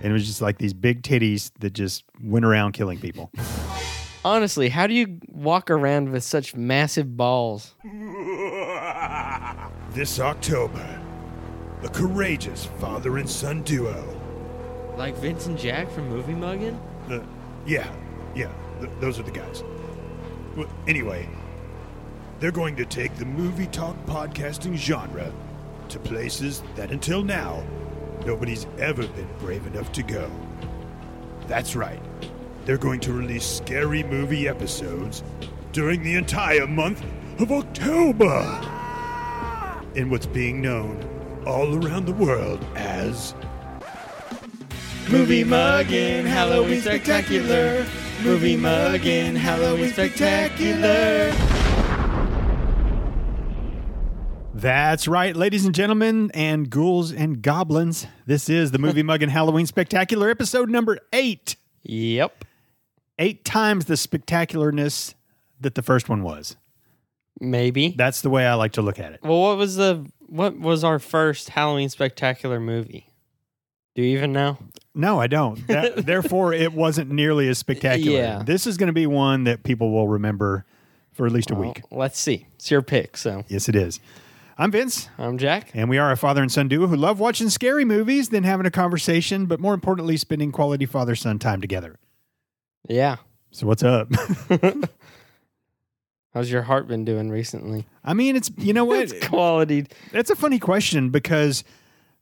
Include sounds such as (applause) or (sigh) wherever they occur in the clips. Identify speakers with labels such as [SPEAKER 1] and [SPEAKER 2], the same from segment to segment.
[SPEAKER 1] And it was just like these big titties that just went around killing people.
[SPEAKER 2] Honestly, how do you walk around with such massive balls?
[SPEAKER 3] This October, the courageous father and son duo.
[SPEAKER 4] Like Vince and Jack from Movie Muggin?
[SPEAKER 3] The, yeah, yeah, th- those are the guys. Well, anyway, they're going to take the movie talk podcasting genre to places that until now nobody's ever been brave enough to go. That's right. They're going to release scary movie episodes during the entire month of October in what's being known all around the world as
[SPEAKER 4] Movie Muggin Halloween Spectacular. Movie Muggin Halloween Spectacular.
[SPEAKER 1] That's right, ladies and gentlemen, and ghouls and goblins. This is the Movie Mug and Halloween Spectacular, episode number eight.
[SPEAKER 2] Yep.
[SPEAKER 1] Eight times the spectacularness that the first one was.
[SPEAKER 2] Maybe.
[SPEAKER 1] That's the way I like to look at it.
[SPEAKER 2] Well, what was the what was our first Halloween spectacular movie? Do you even know?
[SPEAKER 1] No, I don't. That, therefore, it wasn't nearly as spectacular.
[SPEAKER 2] Yeah.
[SPEAKER 1] This is going to be one that people will remember for at least a week.
[SPEAKER 2] Well, let's see. It's your pick. So
[SPEAKER 1] Yes, it is. I'm Vince.
[SPEAKER 2] I'm Jack.
[SPEAKER 1] And we are a father and son duo who love watching scary movies, then having a conversation, but more importantly, spending quality father son time together.
[SPEAKER 2] Yeah.
[SPEAKER 1] So, what's up? (laughs)
[SPEAKER 2] How's your heart been doing recently?
[SPEAKER 1] I mean, it's, you know what?
[SPEAKER 2] It's quality.
[SPEAKER 1] That's a funny question because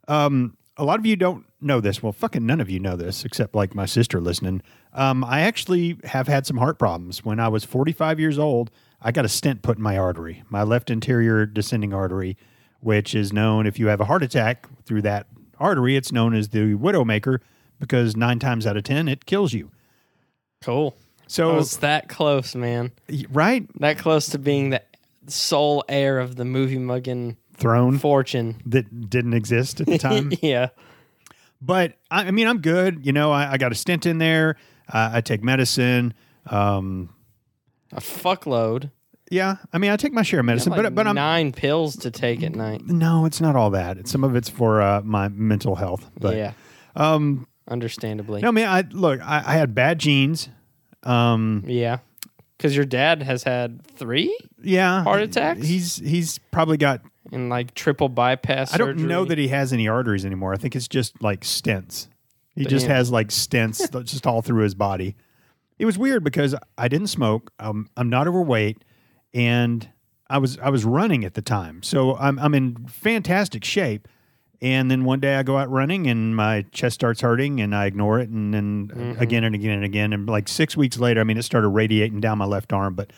[SPEAKER 1] um, a lot of you don't know this. Well, fucking none of you know this, except like my sister listening. Um, I actually have had some heart problems. When I was 45 years old, I got a stent put in my artery, my left anterior descending artery, which is known if you have a heart attack through that artery, it's known as the widowmaker because nine times out of 10, it kills you.
[SPEAKER 2] Cool. I
[SPEAKER 1] So,
[SPEAKER 2] was that close, man.
[SPEAKER 1] right?
[SPEAKER 2] That close to being the sole heir of the movie mugging
[SPEAKER 1] Throne
[SPEAKER 2] fortune.
[SPEAKER 1] that didn't exist at
[SPEAKER 2] (laughs)
[SPEAKER 1] the time.
[SPEAKER 2] yeah.
[SPEAKER 1] but I, I mean, I'm good. You know, I, I got a stint in there. Uh, I take medicine. Um,
[SPEAKER 2] A fuckload.
[SPEAKER 1] yeah, I mean, I take my share of medicine,
[SPEAKER 2] Like
[SPEAKER 1] but but I'm
[SPEAKER 2] nine pills to take at night.
[SPEAKER 1] no, it's not all that. It's, some of it's for uh, my mental health. But
[SPEAKER 2] yeah. Um understandably.
[SPEAKER 1] no, man, I look. I, I had bad genes. Um,
[SPEAKER 2] Yeah. Cuz your dad has had 3
[SPEAKER 1] yeah,
[SPEAKER 2] Heart attacks?
[SPEAKER 1] He's he's probably got.
[SPEAKER 2] and like triple bypass
[SPEAKER 1] I don't
[SPEAKER 2] surgery.
[SPEAKER 1] know that he has any arteries anymore. I think it's just like stents. He just
[SPEAKER 2] Damn.
[SPEAKER 1] has like stents
[SPEAKER 2] (laughs)
[SPEAKER 1] that's just all through his body. It was weird because I didn't smoke. Um, I'm not overweight, and I was I was running at the time, so I'm I'm in fantastic shape. And then one day I go out running, and my chest starts hurting, and I ignore it, and then
[SPEAKER 2] Mm-hmm.
[SPEAKER 1] again and again and again, and like six weeks later, I mean, it started radiating down my left arm. But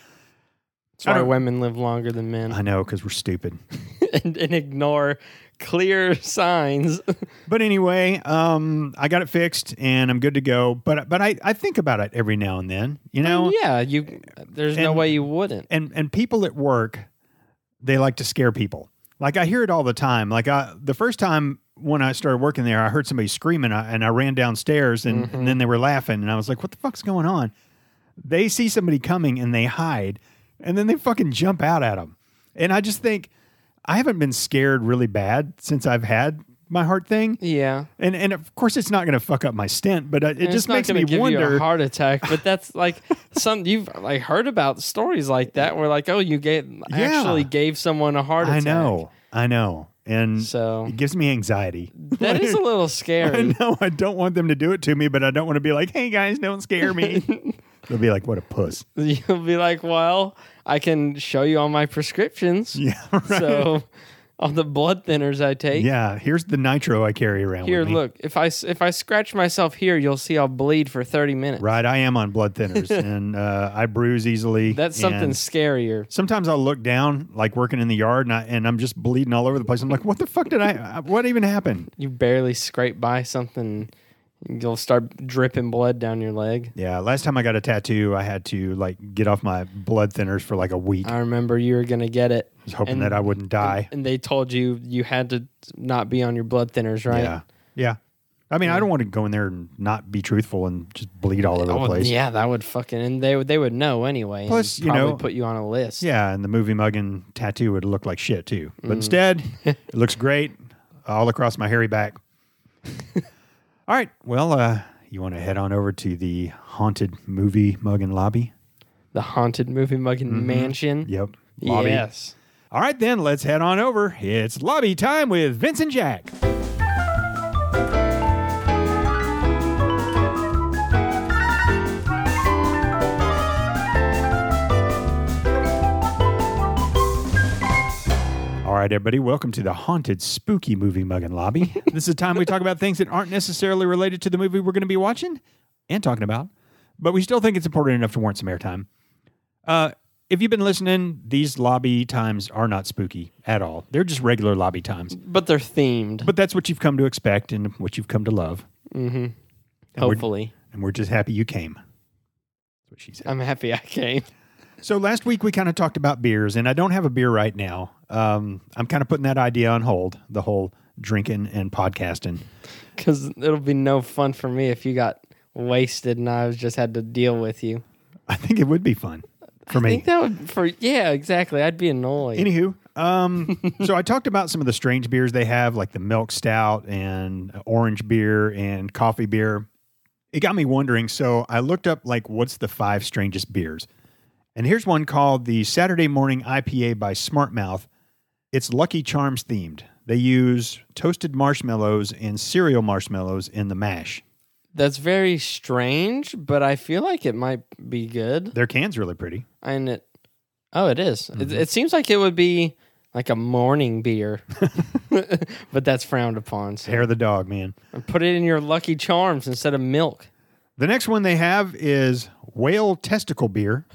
[SPEAKER 2] That's
[SPEAKER 1] I
[SPEAKER 2] why
[SPEAKER 1] don't-
[SPEAKER 2] women live longer than men
[SPEAKER 1] I know because we're stupid.
[SPEAKER 2] (laughs) and, and ignore clear (laughs) signs.
[SPEAKER 1] But anyway, um, I got it fixed and I'm good to go. But but I, I think about it every now and then, you know.
[SPEAKER 2] (laughs) Oh, yeah, you. There's no
[SPEAKER 1] And-
[SPEAKER 2] way you wouldn't.
[SPEAKER 1] And and people at work, they like to scare people. Like I hear it all the time. Like I the first time when I started working there, I heard somebody screaming I- and I ran downstairs and, and then they were laughing and I was like, "What the fuck's going on?" They see somebody coming and they hide and then they fucking jump out at them. And I just think I haven't been scared really bad since I've had my heart thing.
[SPEAKER 2] Yeah,
[SPEAKER 1] And and of course, it's not going to fuck up my stent, but uh, it
[SPEAKER 2] And it's
[SPEAKER 1] just
[SPEAKER 2] not
[SPEAKER 1] makes
[SPEAKER 2] gonna
[SPEAKER 1] me
[SPEAKER 2] give you
[SPEAKER 1] wonder.
[SPEAKER 2] a heart attack. But that's like (laughs) some you've like heard about stories like that where like oh you gave actually gave someone a heart
[SPEAKER 1] I
[SPEAKER 2] attack.
[SPEAKER 1] know, I know, and (laughs)
[SPEAKER 2] So-
[SPEAKER 1] it gives me anxiety.
[SPEAKER 2] that is a little
[SPEAKER 1] (laughs)
[SPEAKER 2] scary.
[SPEAKER 1] I know I don't want them to do it to me, but I don't want to be like, "Hey guys, don't scare
[SPEAKER 2] (laughs)
[SPEAKER 1] me." They'll be like, "What a puss."
[SPEAKER 2] (laughs)
[SPEAKER 1] (laughs)
[SPEAKER 2] You'll be like, well, I can show you all my prescriptions.
[SPEAKER 1] Yeah, (laughs) right.
[SPEAKER 2] So all the blood thinners I take.
[SPEAKER 1] yeah. Here's the nitro I carry around.
[SPEAKER 2] Here,
[SPEAKER 1] with me.
[SPEAKER 2] look. If I s- if I scratch myself here, you'll see I'll bleed for thirty minutes.
[SPEAKER 1] Right, I am on blood
[SPEAKER 2] (laughs)
[SPEAKER 1] thinners, and uh, I bruise easily.
[SPEAKER 2] That's something
[SPEAKER 1] and
[SPEAKER 2] scarier.
[SPEAKER 1] Sometimes I'll look down, like working in the yard, and, I, and I'm just bleeding all over the place. I'm like, "What the fuck did I? uh, What even happened?"
[SPEAKER 2] You barely scrape by something, you'll start dripping blood down your leg.
[SPEAKER 1] Yeah, last time I got a tattoo, I had to like get off my blood thinners for like a week. I
[SPEAKER 2] I remember you were gonna get it,
[SPEAKER 1] was hoping
[SPEAKER 2] Uh, and-
[SPEAKER 1] that I wouldn't die.
[SPEAKER 2] and they told you you had to not be on your blood thinners, right?
[SPEAKER 1] Yeah. Yeah. I mean, I don't want to go in there and not be truthful and just bleed all over the
[SPEAKER 2] Oh,
[SPEAKER 1] place.
[SPEAKER 2] yeah, that would fucking and they would they would know anyway. and
[SPEAKER 1] Plus, you
[SPEAKER 2] probably
[SPEAKER 1] know-
[SPEAKER 2] put you on a list.
[SPEAKER 1] Yeah, and the movie mugging tattoo would look like shit too.
[SPEAKER 2] Mm. (laughs)
[SPEAKER 1] But instead, it looks great all across my hairy back. All right. Well, uh, you want to head on over to the haunted movie mugging lobby?
[SPEAKER 2] The haunted movie mugging mansion.
[SPEAKER 1] Mm-hmm. Yep. Lobby.
[SPEAKER 2] Yes.
[SPEAKER 1] All right, then let's head on over. It's lobby time with Vincent Jack. All right, everybody, welcome to the haunted, spooky movie mugging lobby. this is a time we talk about things that aren't necessarily related to the movie we're going to be watching and talking about, but we still think it's important enough to warrant some airtime. Uh, if you've been listening, these lobby times are not spooky at all. They're just regular lobby times.
[SPEAKER 2] But they're themed.
[SPEAKER 1] But that's what you've come to expect and what you've come to love. we're-
[SPEAKER 2] hopefully,
[SPEAKER 1] And we're just happy you came. That's what she said.
[SPEAKER 2] I'm happy I came.
[SPEAKER 1] So last week we kind of talked about beers, and I don't have a beer right now. Um, I'm kind of putting that idea on hold, the whole drinking and podcasting.
[SPEAKER 2] Because it'll be no fun for me if you got wasted and I was just had to deal with you.
[SPEAKER 1] I think it would be fun for
[SPEAKER 2] I
[SPEAKER 1] me.
[SPEAKER 2] think that would for yeah exactly. I'd be annoyed.
[SPEAKER 1] Anywho, um, so I talked about some of the strange beers they have, like the milk stout and orange beer and coffee beer. It got me wondering. So I looked up like what's the five strangest beers, and here's one called the Saturday Morning IPA by Smartmouth. It's Lucky Charms themed. They use toasted marshmallows and cereal marshmallows in the mash.
[SPEAKER 2] That's very strange, but I feel like it might be good.
[SPEAKER 1] Their can's really pretty.
[SPEAKER 2] And it, oh, it is. It, it seems like it would be like a morning beer, (laughs) but that's frowned upon. So
[SPEAKER 1] Hair of the dog, man.
[SPEAKER 2] put it in your Lucky Charms instead of (laughs) milk.
[SPEAKER 1] The next one they have is whale testicle beer.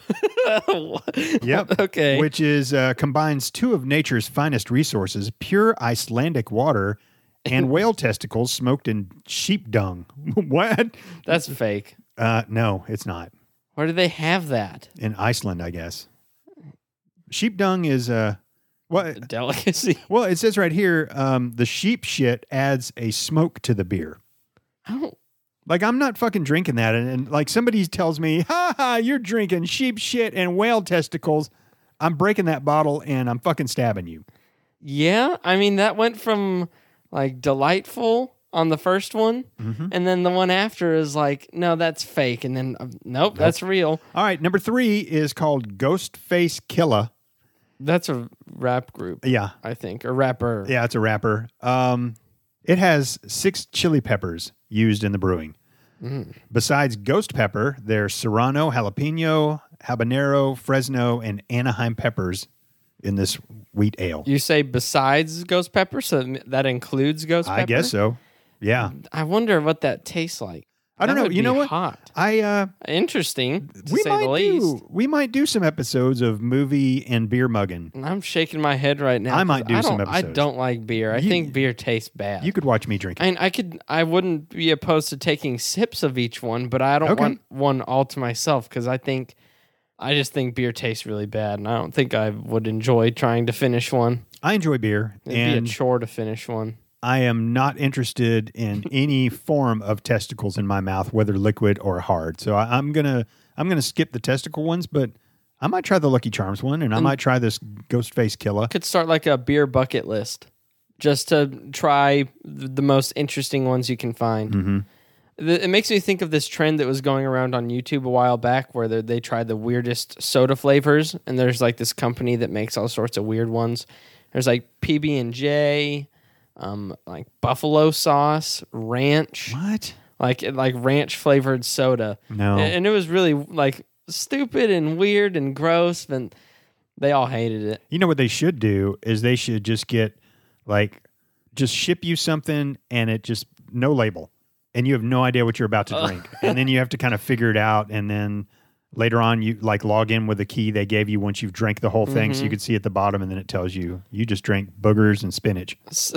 [SPEAKER 1] Yep.
[SPEAKER 2] Okay.
[SPEAKER 1] Which is uh, combines two of nature's finest resources: pure Icelandic water and whale testicles smoked in sheep dung. (laughs) what?
[SPEAKER 2] That's fake.
[SPEAKER 1] Uh, no, it's not
[SPEAKER 2] Where do they have (laughs) that
[SPEAKER 1] in Iceland. I guess sheep dung is uh, well,
[SPEAKER 2] delicacy?
[SPEAKER 1] well, it says right here um, the sheep shit adds a smoke to the beer.
[SPEAKER 2] I don't.
[SPEAKER 1] Like I'm not fucking drinking that, and, and like somebody tells me, "Ha ha, you're drinking sheep shit and whale testicles." I'm breaking that bottle and I'm fucking stabbing you.
[SPEAKER 2] Yeah, I mean that went from like delightful on the first one, and then the one after is like, no, that's fake, and then um, nope, that's real.
[SPEAKER 1] All right, number three is called Ghost Face Killa.
[SPEAKER 2] That's a rap group,
[SPEAKER 1] Yeah,
[SPEAKER 2] I think, a rapper.
[SPEAKER 1] yeah, it's a rapper. Um, it has six chili peppers used in the brewing.
[SPEAKER 2] Mm.
[SPEAKER 1] Besides ghost pepper, there's serrano, jalapeno, habanero, Fresno, and Anaheim peppers in this wheat ale.
[SPEAKER 2] You say besides ghost pepper, so that includes ghost pepper.
[SPEAKER 1] I guess so. Yeah,
[SPEAKER 2] I wonder what that tastes like.
[SPEAKER 1] I don't
[SPEAKER 2] That
[SPEAKER 1] know.
[SPEAKER 2] would
[SPEAKER 1] You
[SPEAKER 2] be
[SPEAKER 1] know what?
[SPEAKER 2] Hot,
[SPEAKER 1] I uh,
[SPEAKER 2] interesting to
[SPEAKER 1] we
[SPEAKER 2] say the
[SPEAKER 1] might
[SPEAKER 2] least.
[SPEAKER 1] do we might do some episodes of movie and beer mugging.
[SPEAKER 2] And I'm shaking my head right now.
[SPEAKER 1] I might
[SPEAKER 2] 'cause
[SPEAKER 1] do
[SPEAKER 2] I
[SPEAKER 1] some
[SPEAKER 2] don't- I
[SPEAKER 1] episodes.
[SPEAKER 2] don't like beer. I
[SPEAKER 1] You-
[SPEAKER 2] think beer tastes bad.
[SPEAKER 1] You could watch me drink. it.
[SPEAKER 2] I mean, I could, I wouldn't be opposed to taking sips of each one, but I don't
[SPEAKER 1] Okay.
[SPEAKER 2] want one all to myself because I think, I just think beer tastes really bad, and I don't think I would enjoy trying to finish one.
[SPEAKER 1] I enjoy beer,
[SPEAKER 2] It'd
[SPEAKER 1] and
[SPEAKER 2] be a chore to finish one.
[SPEAKER 1] I am not interested in any form of testicles in my mouth, whether liquid or hard. So I, I'm gonna I'm gonna skip the testicle ones, but I might try the Lucky Charms one, and I might try this Ghost Face Killer.
[SPEAKER 2] Could start like a beer bucket list, just to try th- the most interesting ones you can find. Th- It makes me think of this trend that was going around on YouTube a while back, where they- they tried the weirdest soda flavors, and there's like this company that makes all sorts of weird ones. There's like PB and J, um, like buffalo sauce, ranch,
[SPEAKER 1] What? Oh.
[SPEAKER 2] like like ranch flavored soda.
[SPEAKER 1] No.
[SPEAKER 2] and, and it was really like stupid and weird and gross, and they all hated it.
[SPEAKER 1] You know what they should do is they should just get like just ship you something and it just no label and you have no idea what you're about to
[SPEAKER 2] Uh.
[SPEAKER 1] drink and then you have to kind of figure it out and then later on you like log in with a key they gave you once you've drank the whole thing
[SPEAKER 2] Mm-hmm.
[SPEAKER 1] so you can see at the bottom and then it tells you you just drank boogers and spinach.
[SPEAKER 2] s-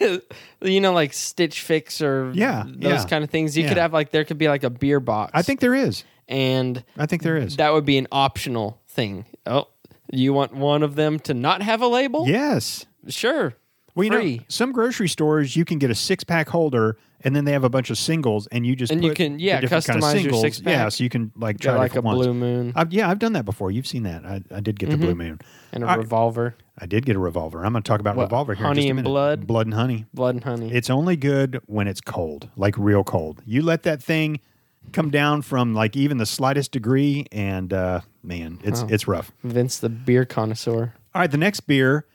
[SPEAKER 2] (laughs) you know, like Stitch Fix or
[SPEAKER 1] Yeah,
[SPEAKER 2] those
[SPEAKER 1] yeah.
[SPEAKER 2] kind of things. You could
[SPEAKER 1] Yeah.
[SPEAKER 2] have like there could be like a beer box.
[SPEAKER 1] I think there is.
[SPEAKER 2] and
[SPEAKER 1] I think there is.
[SPEAKER 2] that would be an optional thing. Oh, you want one of them to not have a label?
[SPEAKER 1] yes.
[SPEAKER 2] sure.
[SPEAKER 1] Well, you
[SPEAKER 2] Free.
[SPEAKER 1] know, some grocery stores you can get a six pack holder, and then they have a bunch of singles, and you just
[SPEAKER 2] And
[SPEAKER 1] put
[SPEAKER 2] you can,
[SPEAKER 1] the
[SPEAKER 2] yeah,
[SPEAKER 1] different kind of
[SPEAKER 2] customize your
[SPEAKER 1] singles.
[SPEAKER 2] six-pack.
[SPEAKER 1] Yeah, so you can like
[SPEAKER 2] Got
[SPEAKER 1] try
[SPEAKER 2] like a
[SPEAKER 1] different ones. Uh,
[SPEAKER 2] blue moon
[SPEAKER 1] I've, yeah, I've done that before. You've seen that. I, I did get the blue moon.
[SPEAKER 2] Mm-hmm. and a
[SPEAKER 1] All right.
[SPEAKER 2] revolver.
[SPEAKER 1] I did get a revolver. I'm going to talk about
[SPEAKER 2] What,
[SPEAKER 1] revolver here. in
[SPEAKER 2] Honey
[SPEAKER 1] just a
[SPEAKER 2] and
[SPEAKER 1] minute.
[SPEAKER 2] Blood?
[SPEAKER 1] blood and honey.
[SPEAKER 2] Blood and honey.
[SPEAKER 1] It's only good when it's cold, like real cold. You let that thing come down from like even the slightest degree, and uh, man, it's
[SPEAKER 2] Wow.
[SPEAKER 1] it's rough.
[SPEAKER 2] Vince, the beer connoisseur.
[SPEAKER 1] All right, the next beer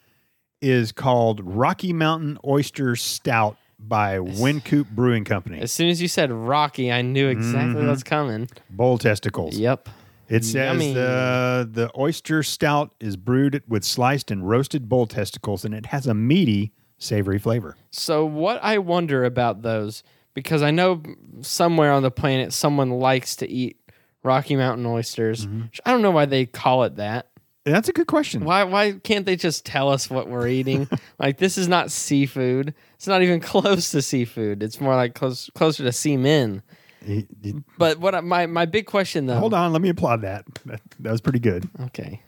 [SPEAKER 1] is called Rocky Mountain Oyster Stout by Wincoop Brewing Company.
[SPEAKER 2] As soon as you said Rocky, I knew exactly
[SPEAKER 1] Mm-hmm.
[SPEAKER 2] what's coming.
[SPEAKER 1] Bull testicles.
[SPEAKER 2] Yep.
[SPEAKER 1] It says
[SPEAKER 2] Yummy.
[SPEAKER 1] the the oyster stout is brewed with sliced and roasted bull testicles, and it has a meaty, savory flavor.
[SPEAKER 2] So what I wonder about those because I know somewhere on the planet someone likes to eat Rocky Mountain oysters.
[SPEAKER 1] Mm-hmm.
[SPEAKER 2] I don't know why they call it that.
[SPEAKER 1] That's a good question.
[SPEAKER 2] Why why can't they just tell us what
[SPEAKER 1] (laughs)
[SPEAKER 2] we're eating? like this is not seafood. It's not even (laughs) close to seafood. It's more like close closer to seamen.
[SPEAKER 1] Y- y-
[SPEAKER 2] But what I, my my big question though.
[SPEAKER 1] Hold on, let me applaud that. That, that was pretty good.
[SPEAKER 2] Okay.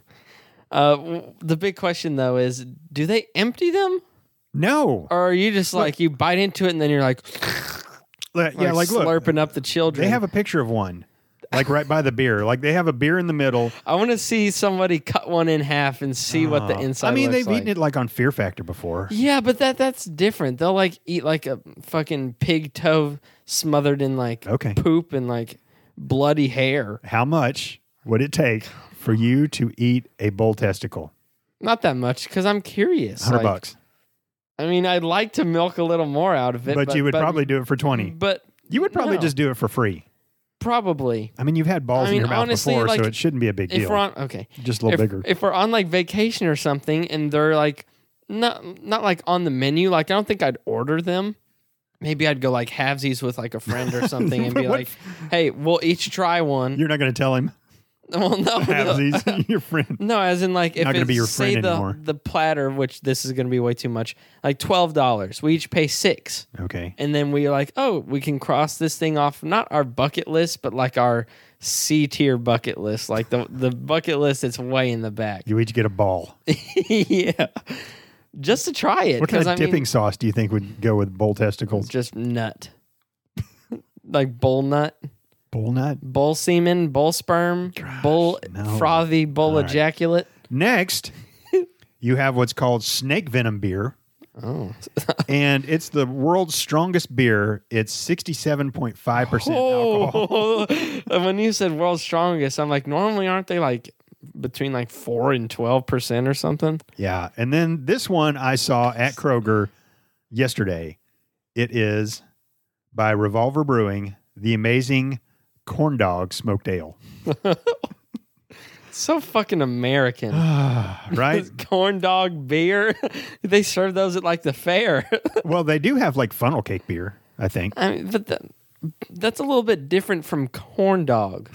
[SPEAKER 2] Uh, w- the big question though is, do they empty them,
[SPEAKER 1] No,
[SPEAKER 2] or are you just like you bite into it and then you're like,
[SPEAKER 1] Le- yeah, like look,
[SPEAKER 2] slurping up the children?
[SPEAKER 1] they have a picture of one, like right by the beer. Like they have a beer in the (laughs) middle.
[SPEAKER 2] I want to see somebody cut one in half and see what the inside.
[SPEAKER 1] Uh-huh. I mean,
[SPEAKER 2] looks
[SPEAKER 1] they've
[SPEAKER 2] like.
[SPEAKER 1] eaten it like on Fear Factor before.
[SPEAKER 2] Yeah, but that that's different. They'll like eat like a fucking pig toe smothered in like
[SPEAKER 1] Okay.
[SPEAKER 2] poop and like bloody hair.
[SPEAKER 1] How much would it take for you to eat a bull testicle?
[SPEAKER 2] Not that much because I'm curious.
[SPEAKER 1] Hundred
[SPEAKER 2] like-
[SPEAKER 1] bucks,
[SPEAKER 2] I mean, I'd like to milk a little more out of it,
[SPEAKER 1] but, Mm. you would probably do it for twenty.
[SPEAKER 2] But
[SPEAKER 1] You would probably
[SPEAKER 2] No.
[SPEAKER 1] just do it for free.
[SPEAKER 2] probably
[SPEAKER 1] I mean, you've had balls
[SPEAKER 2] I
[SPEAKER 1] in
[SPEAKER 2] mean,
[SPEAKER 1] your mouth
[SPEAKER 2] honestly,
[SPEAKER 1] before,
[SPEAKER 2] like,
[SPEAKER 1] so it shouldn't be a big
[SPEAKER 2] if
[SPEAKER 1] deal.
[SPEAKER 2] we're on okay.
[SPEAKER 1] Just a little
[SPEAKER 2] if,
[SPEAKER 1] bigger.
[SPEAKER 2] if we're on like vacation or something and they're like not not like on the menu, like I don't think I'd order them. Maybe I'd go like halvesies with like a friend or something
[SPEAKER 1] (laughs)
[SPEAKER 2] and be
[SPEAKER 1] What
[SPEAKER 2] like, "Hey, we'll each try one."
[SPEAKER 1] You're not going to tell him
[SPEAKER 2] (laughs) well, no, (laughs)
[SPEAKER 1] halvesies, (laughs) your friend.
[SPEAKER 2] no, as in like if
[SPEAKER 1] Not gonna
[SPEAKER 2] it's,
[SPEAKER 1] be your
[SPEAKER 2] say
[SPEAKER 1] friend
[SPEAKER 2] the
[SPEAKER 1] anymore.
[SPEAKER 2] the platter, which this is gonna be way too much, like twelve dollars, we each pay six,
[SPEAKER 1] Okay.
[SPEAKER 2] and then we like, oh, we can cross this thing off not our bucket list, but like our C tier bucket list, like the the bucket list that's way in the back.
[SPEAKER 1] You each get a ball.
[SPEAKER 2] (laughs) yeah, just to try it.
[SPEAKER 1] What kind
[SPEAKER 2] 'cause
[SPEAKER 1] of
[SPEAKER 2] I
[SPEAKER 1] dipping
[SPEAKER 2] mean,
[SPEAKER 1] sauce do you think would go with bull testicles?
[SPEAKER 2] Just nut, like bull nut,
[SPEAKER 1] Bull nut.
[SPEAKER 2] bull semen, bull sperm, bull
[SPEAKER 1] no.
[SPEAKER 2] frothy, bull
[SPEAKER 1] All right.
[SPEAKER 2] ejaculate. (laughs)
[SPEAKER 1] Next, you have what's called snake venom beer,
[SPEAKER 2] (laughs) Oh,
[SPEAKER 1] and it's the world's strongest beer. It's 67.5%
[SPEAKER 2] Oh,
[SPEAKER 1] alcohol.
[SPEAKER 2] (laughs) And when you said world's strongest, I'm like, normally aren't they like between like four and twelve percent or something?
[SPEAKER 1] Yeah. And then this one I saw at Kroger yesterday. It is by Revolver Brewing, the amazing corn dog smoked ale. (sighs)
[SPEAKER 2] It's so
[SPEAKER 1] (gasps)
[SPEAKER 2] fucking American. (laughs)
[SPEAKER 1] right?
[SPEAKER 2] Corn dog beer. (laughs) they serve those at like the fair. (laughs)
[SPEAKER 1] well, they do have like funnel cake beer, I think.
[SPEAKER 2] I mean, but that, that's a little bit different from corn dog,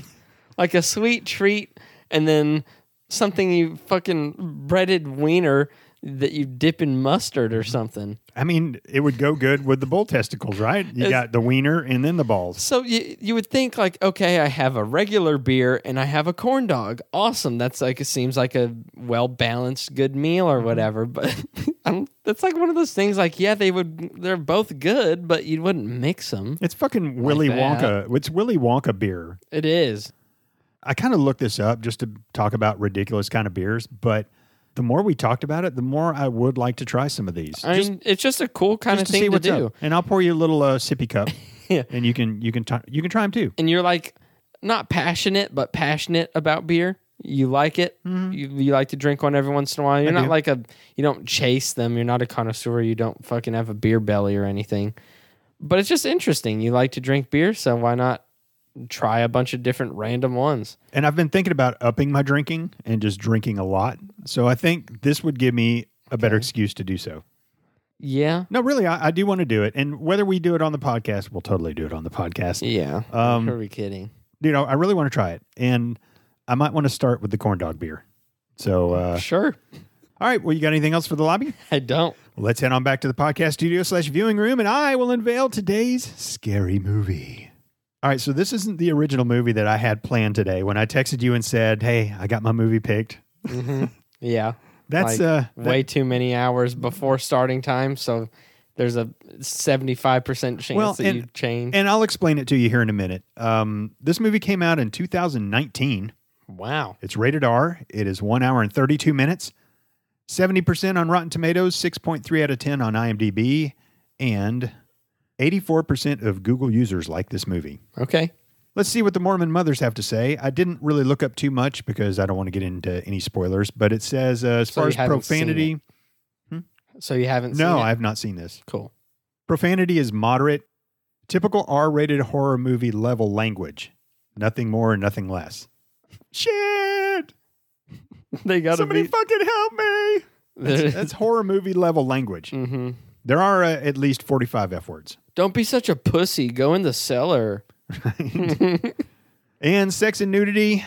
[SPEAKER 2] like a sweet treat, and then something you fucking breaded wiener that you dip in mustard or something.
[SPEAKER 1] I mean, it would go good with the bull testicles, right? You
[SPEAKER 2] It's-
[SPEAKER 1] got the wiener and then the balls.
[SPEAKER 2] So you you would think like, okay, I have a regular beer and I have a corn dog. Awesome. That's like it seems like a well balanced good meal
[SPEAKER 1] Mm-hmm.
[SPEAKER 2] or whatever. But (laughs) I'm, that's like one of those things. Like, yeah, they would. They're both good, but you wouldn't mix them.
[SPEAKER 1] It's fucking Willy
[SPEAKER 2] that.
[SPEAKER 1] Wonka. It's Willy Wonka beer.
[SPEAKER 2] It is.
[SPEAKER 1] I kind of looked this up just to talk about ridiculous kind of beers, but the more we talked about it, the more I would like to try some of these.
[SPEAKER 2] I mean, it's just a cool kind of
[SPEAKER 1] just to see
[SPEAKER 2] thing to,
[SPEAKER 1] what's
[SPEAKER 2] do.
[SPEAKER 1] up. And I'll pour you a little uh, sippy cup.
[SPEAKER 2] (laughs) Yeah.
[SPEAKER 1] And you can you can t- you can try them too.
[SPEAKER 2] and you're like not passionate but passionate about beer you like it you, you like to drink one every once in a while you're not
[SPEAKER 1] Mm-hmm. do.
[SPEAKER 2] like a you don't chase them you're not a connoisseur you don't fucking have a beer belly or anything but it's just interesting you like to drink beer so why not try a bunch of different random ones
[SPEAKER 1] And I've been thinking about upping my drinking and just drinking a lot. So I think this would give me a better excuse to do so.
[SPEAKER 2] yeah
[SPEAKER 1] No, really, I, I do want to do it. And whether we do it on the podcast, we'll totally do it on the podcast.
[SPEAKER 2] yeah
[SPEAKER 1] Um,
[SPEAKER 2] are we kidding
[SPEAKER 1] You know, I really want to try it. And I might want to start with the corn dog beer. So, uh,
[SPEAKER 2] sure
[SPEAKER 1] all right. Well, you got anything else for the lobby?
[SPEAKER 2] i don't
[SPEAKER 1] Let's head on back to the podcast studio slash viewing room, and I will unveil today's scary movie. All right, so this isn't the original movie that I had planned today. When I texted you and said, "Hey, I got my movie picked,"
[SPEAKER 2] yeah
[SPEAKER 1] that's
[SPEAKER 2] Like,
[SPEAKER 1] uh, that-
[SPEAKER 2] way too many hours before starting time so there's a 75% chance
[SPEAKER 1] Well,
[SPEAKER 2] that
[SPEAKER 1] and-
[SPEAKER 2] you change
[SPEAKER 1] and I'll explain it to you here in a minute. Um, this movie came out in 2019.
[SPEAKER 2] wow
[SPEAKER 1] It's rated R. It is one hour and 32 minutes. 70% on Rotten Tomatoes, 6.3 out of 10 on IMDb, and 84% of Google users like this movie.
[SPEAKER 2] Okay.
[SPEAKER 1] Let's see what the Mormon mothers have to say. I didn't really look up too much because I don't want to get into any spoilers, but it says uh, as
[SPEAKER 2] So
[SPEAKER 1] far
[SPEAKER 2] you
[SPEAKER 1] as
[SPEAKER 2] haven't seen
[SPEAKER 1] profanity,
[SPEAKER 2] So you haven't seen
[SPEAKER 1] no,
[SPEAKER 2] it?
[SPEAKER 1] I have not seen this. (laughs)
[SPEAKER 2] Cool.
[SPEAKER 1] Profanity is moderate, typical R rated horror movie level language. Nothing more, nothing less. Shit!
[SPEAKER 2] They got to
[SPEAKER 1] Somebody
[SPEAKER 2] be.
[SPEAKER 1] fucking help me!
[SPEAKER 2] (laughs)
[SPEAKER 1] That's, that's horror movie level language.
[SPEAKER 2] mm-hmm.
[SPEAKER 1] There are uh, at least 45 F words.
[SPEAKER 2] Don't be such a pussy. Go in the cellar.
[SPEAKER 1] And sex and nudity,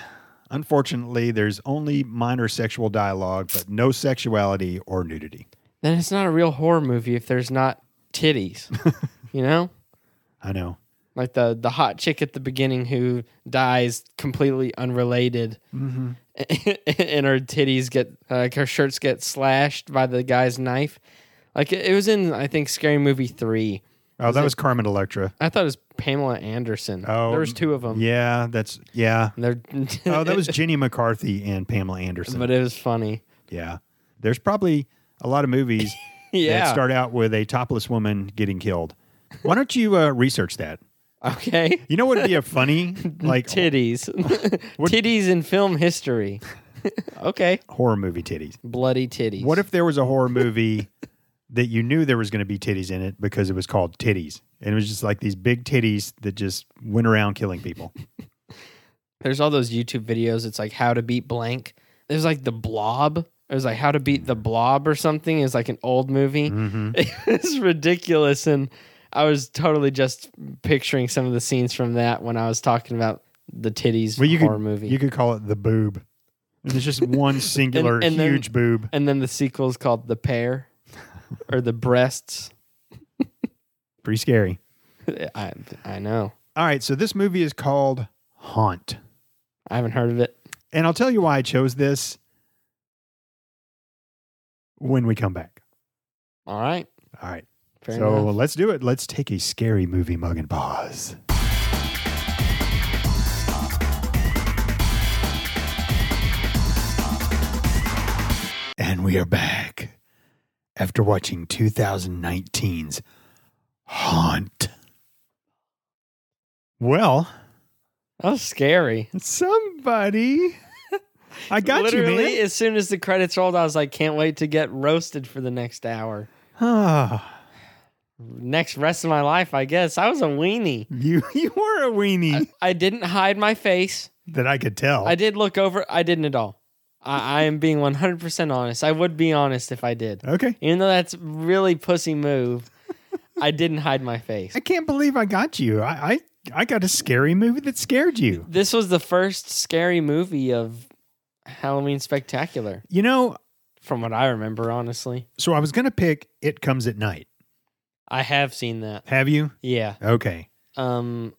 [SPEAKER 1] unfortunately, there's only minor sexual dialogue, but no sexuality or nudity.
[SPEAKER 2] Then it's not a real horror movie if there's not
[SPEAKER 1] (laughs)
[SPEAKER 2] titties. you know?
[SPEAKER 1] I know.
[SPEAKER 2] Like the the hot chick at the beginning who dies completely unrelated.
[SPEAKER 1] Mm-hmm.
[SPEAKER 2] (laughs) and her titties get uh, like her shirts get slashed by the guy's knife. Like it, it was in I think Scary Movie 3.
[SPEAKER 1] Oh, that was Carmen Electra.
[SPEAKER 2] I thought it was Pamela Anderson.
[SPEAKER 1] Oh,
[SPEAKER 2] there was two of them.
[SPEAKER 1] Yeah, that's,
[SPEAKER 2] (laughs)
[SPEAKER 1] yeah.
[SPEAKER 2] And they're
[SPEAKER 1] Oh, that was Jenny McCarthy and Pamela Anderson.
[SPEAKER 2] but it was funny.
[SPEAKER 1] Yeah. There's probably a lot of movies
[SPEAKER 2] (laughs)
[SPEAKER 1] that
[SPEAKER 2] Yeah.
[SPEAKER 1] start out with a topless woman getting killed. Why don't you uh, research that?
[SPEAKER 2] Okay.
[SPEAKER 1] You know what would be a
[SPEAKER 2] (laughs)
[SPEAKER 1] funny like
[SPEAKER 2] titties.
[SPEAKER 1] (laughs)
[SPEAKER 2] titties in film history. okay.
[SPEAKER 1] horror movie titties?
[SPEAKER 2] Bloody titties.
[SPEAKER 1] What if there was a horror movie (laughs) that you knew there was going to be titties in it because it was called Titties and it was just like these big titties that just went around killing
[SPEAKER 2] (laughs)
[SPEAKER 1] people?
[SPEAKER 2] there's all those YouTube videos? It's like how to beat blank. There's like the blob. It was like how to beat the blob or something. It's like an old movie.
[SPEAKER 1] Mm-hmm.
[SPEAKER 2] (laughs) It's ridiculous. And I was totally just picturing some of the scenes from that when I was talking about the titties
[SPEAKER 1] you
[SPEAKER 2] horror
[SPEAKER 1] could
[SPEAKER 2] movie.
[SPEAKER 1] you could call it the boob. And it's just
[SPEAKER 2] (laughs)
[SPEAKER 1] one singular
[SPEAKER 2] and then-
[SPEAKER 1] huge boob.
[SPEAKER 2] and then the sequel is called
[SPEAKER 1] (laughs)
[SPEAKER 2] The Pair or The Breasts.
[SPEAKER 1] Pretty scary.
[SPEAKER 2] I, I know.
[SPEAKER 1] All right, so this movie is called Haunt.
[SPEAKER 2] I haven't heard of it.
[SPEAKER 1] And I'll tell you why I chose this when we come
[SPEAKER 2] (sighs)
[SPEAKER 1] back.
[SPEAKER 2] All right.
[SPEAKER 1] All right.
[SPEAKER 2] Fair
[SPEAKER 1] so
[SPEAKER 2] enough.
[SPEAKER 1] let's do it. Let's take a scary movie mug and pause. And we are back after watching 2019's Haunt. Well,
[SPEAKER 2] That was scary.
[SPEAKER 1] somebody. (laughs) I got you, man.
[SPEAKER 2] Literally, as soon as the credits rolled, I was like, can't wait to get roasted for the next hour.
[SPEAKER 1] Ah,
[SPEAKER 2] Next rest of my life, I guess. I was a weenie.
[SPEAKER 1] (laughs) you you were a weenie
[SPEAKER 2] I, I didn't hide my face.
[SPEAKER 1] that I could tell.
[SPEAKER 2] I did look over. I didn't at all. I, I am being 100% honest. I would be honest if I did.
[SPEAKER 1] okay.
[SPEAKER 2] Even though that's really pussy move, I didn't hide my face.
[SPEAKER 1] I can't believe I got you. I, I I got a scary movie that scared you.
[SPEAKER 2] This was the first scary movie of Halloween Spectacular,
[SPEAKER 1] You know,
[SPEAKER 2] from what I remember, honestly.
[SPEAKER 1] so I was gonna pick It Comes at Night.
[SPEAKER 2] I have seen that.
[SPEAKER 1] Have you?
[SPEAKER 2] Yeah.
[SPEAKER 1] Okay.
[SPEAKER 2] Um,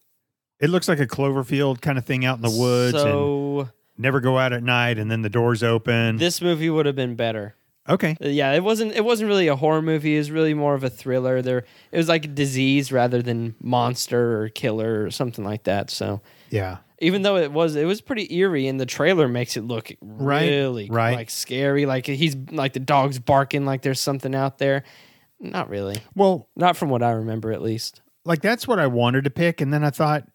[SPEAKER 1] It looks like a Cloverfield kind of thing out in the woods and
[SPEAKER 2] So.
[SPEAKER 1] never go out at night and then the doors open.
[SPEAKER 2] this movie would have been better.
[SPEAKER 1] okay.
[SPEAKER 2] Uh, Yeah, it wasn't. It wasn't really a horror movie. It was really more of a thriller. There, it was like disease rather than monster or killer or something like that. So
[SPEAKER 1] Yeah.
[SPEAKER 2] even though it was, it was pretty eerie, and the trailer makes it look
[SPEAKER 1] Right,
[SPEAKER 2] really
[SPEAKER 1] right.
[SPEAKER 2] like scary. Like he's like the dog's barking, like there's something out there. Not really.
[SPEAKER 1] Well,
[SPEAKER 2] Not from what I remember, at least.
[SPEAKER 1] like that's what I wanted to pick, and then I thought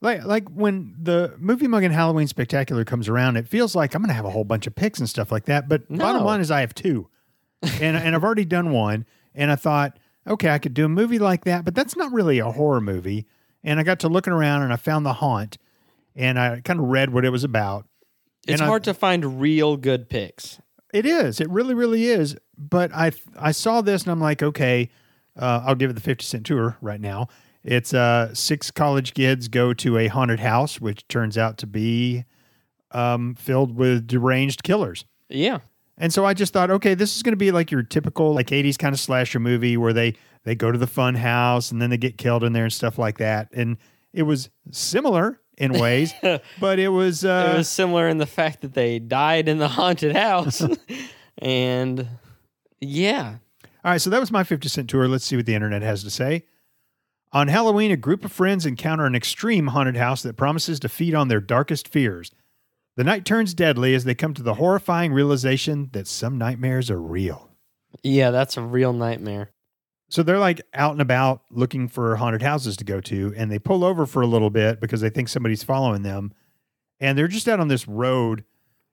[SPEAKER 1] like like when the movie mug and Halloween Spectacular comes around, it feels like I'm gonna have a whole bunch of picks and stuff like that. But bottom
[SPEAKER 2] No.
[SPEAKER 1] line is I have two. and and I've already done one. And I thought, okay, I could do a movie like that, but that's not really a horror movie. And I got to looking around and I found the haunt and I kind of read what it was about.
[SPEAKER 2] It's
[SPEAKER 1] And I-
[SPEAKER 2] hard to find real good picks.
[SPEAKER 1] It is. It really, really is. But I I saw this and I'm like, okay, uh, I'll give it the 50 cent tour right now. It's uh, six college kids go to a haunted house, which turns out to be um, filled with deranged killers.
[SPEAKER 2] Yeah.
[SPEAKER 1] And so I just thought, okay, this is going to be like your typical like 80s kind of slasher movie where they they go to the fun house and then they get killed in there and stuff like that. And it was similar in
[SPEAKER 2] (laughs)
[SPEAKER 1] ways, but it was uh,
[SPEAKER 2] it was similar in the fact that they died in the (laughs) haunted
[SPEAKER 1] (laughs)
[SPEAKER 2] house and yeah
[SPEAKER 1] All right, so that was my 50 cent tour. Let's see what the internet has to say. On Halloween, a group of friends encounter an extreme haunted house that promises to feed on their darkest fears. The night turns deadly as they come to the horrifying realization that some nightmares are real.
[SPEAKER 2] Yeah, that's a real nightmare.
[SPEAKER 1] So they're like out and about looking for haunted houses to go to, and they pull over for a little bit because they think somebody's following them. And they're just out on this road,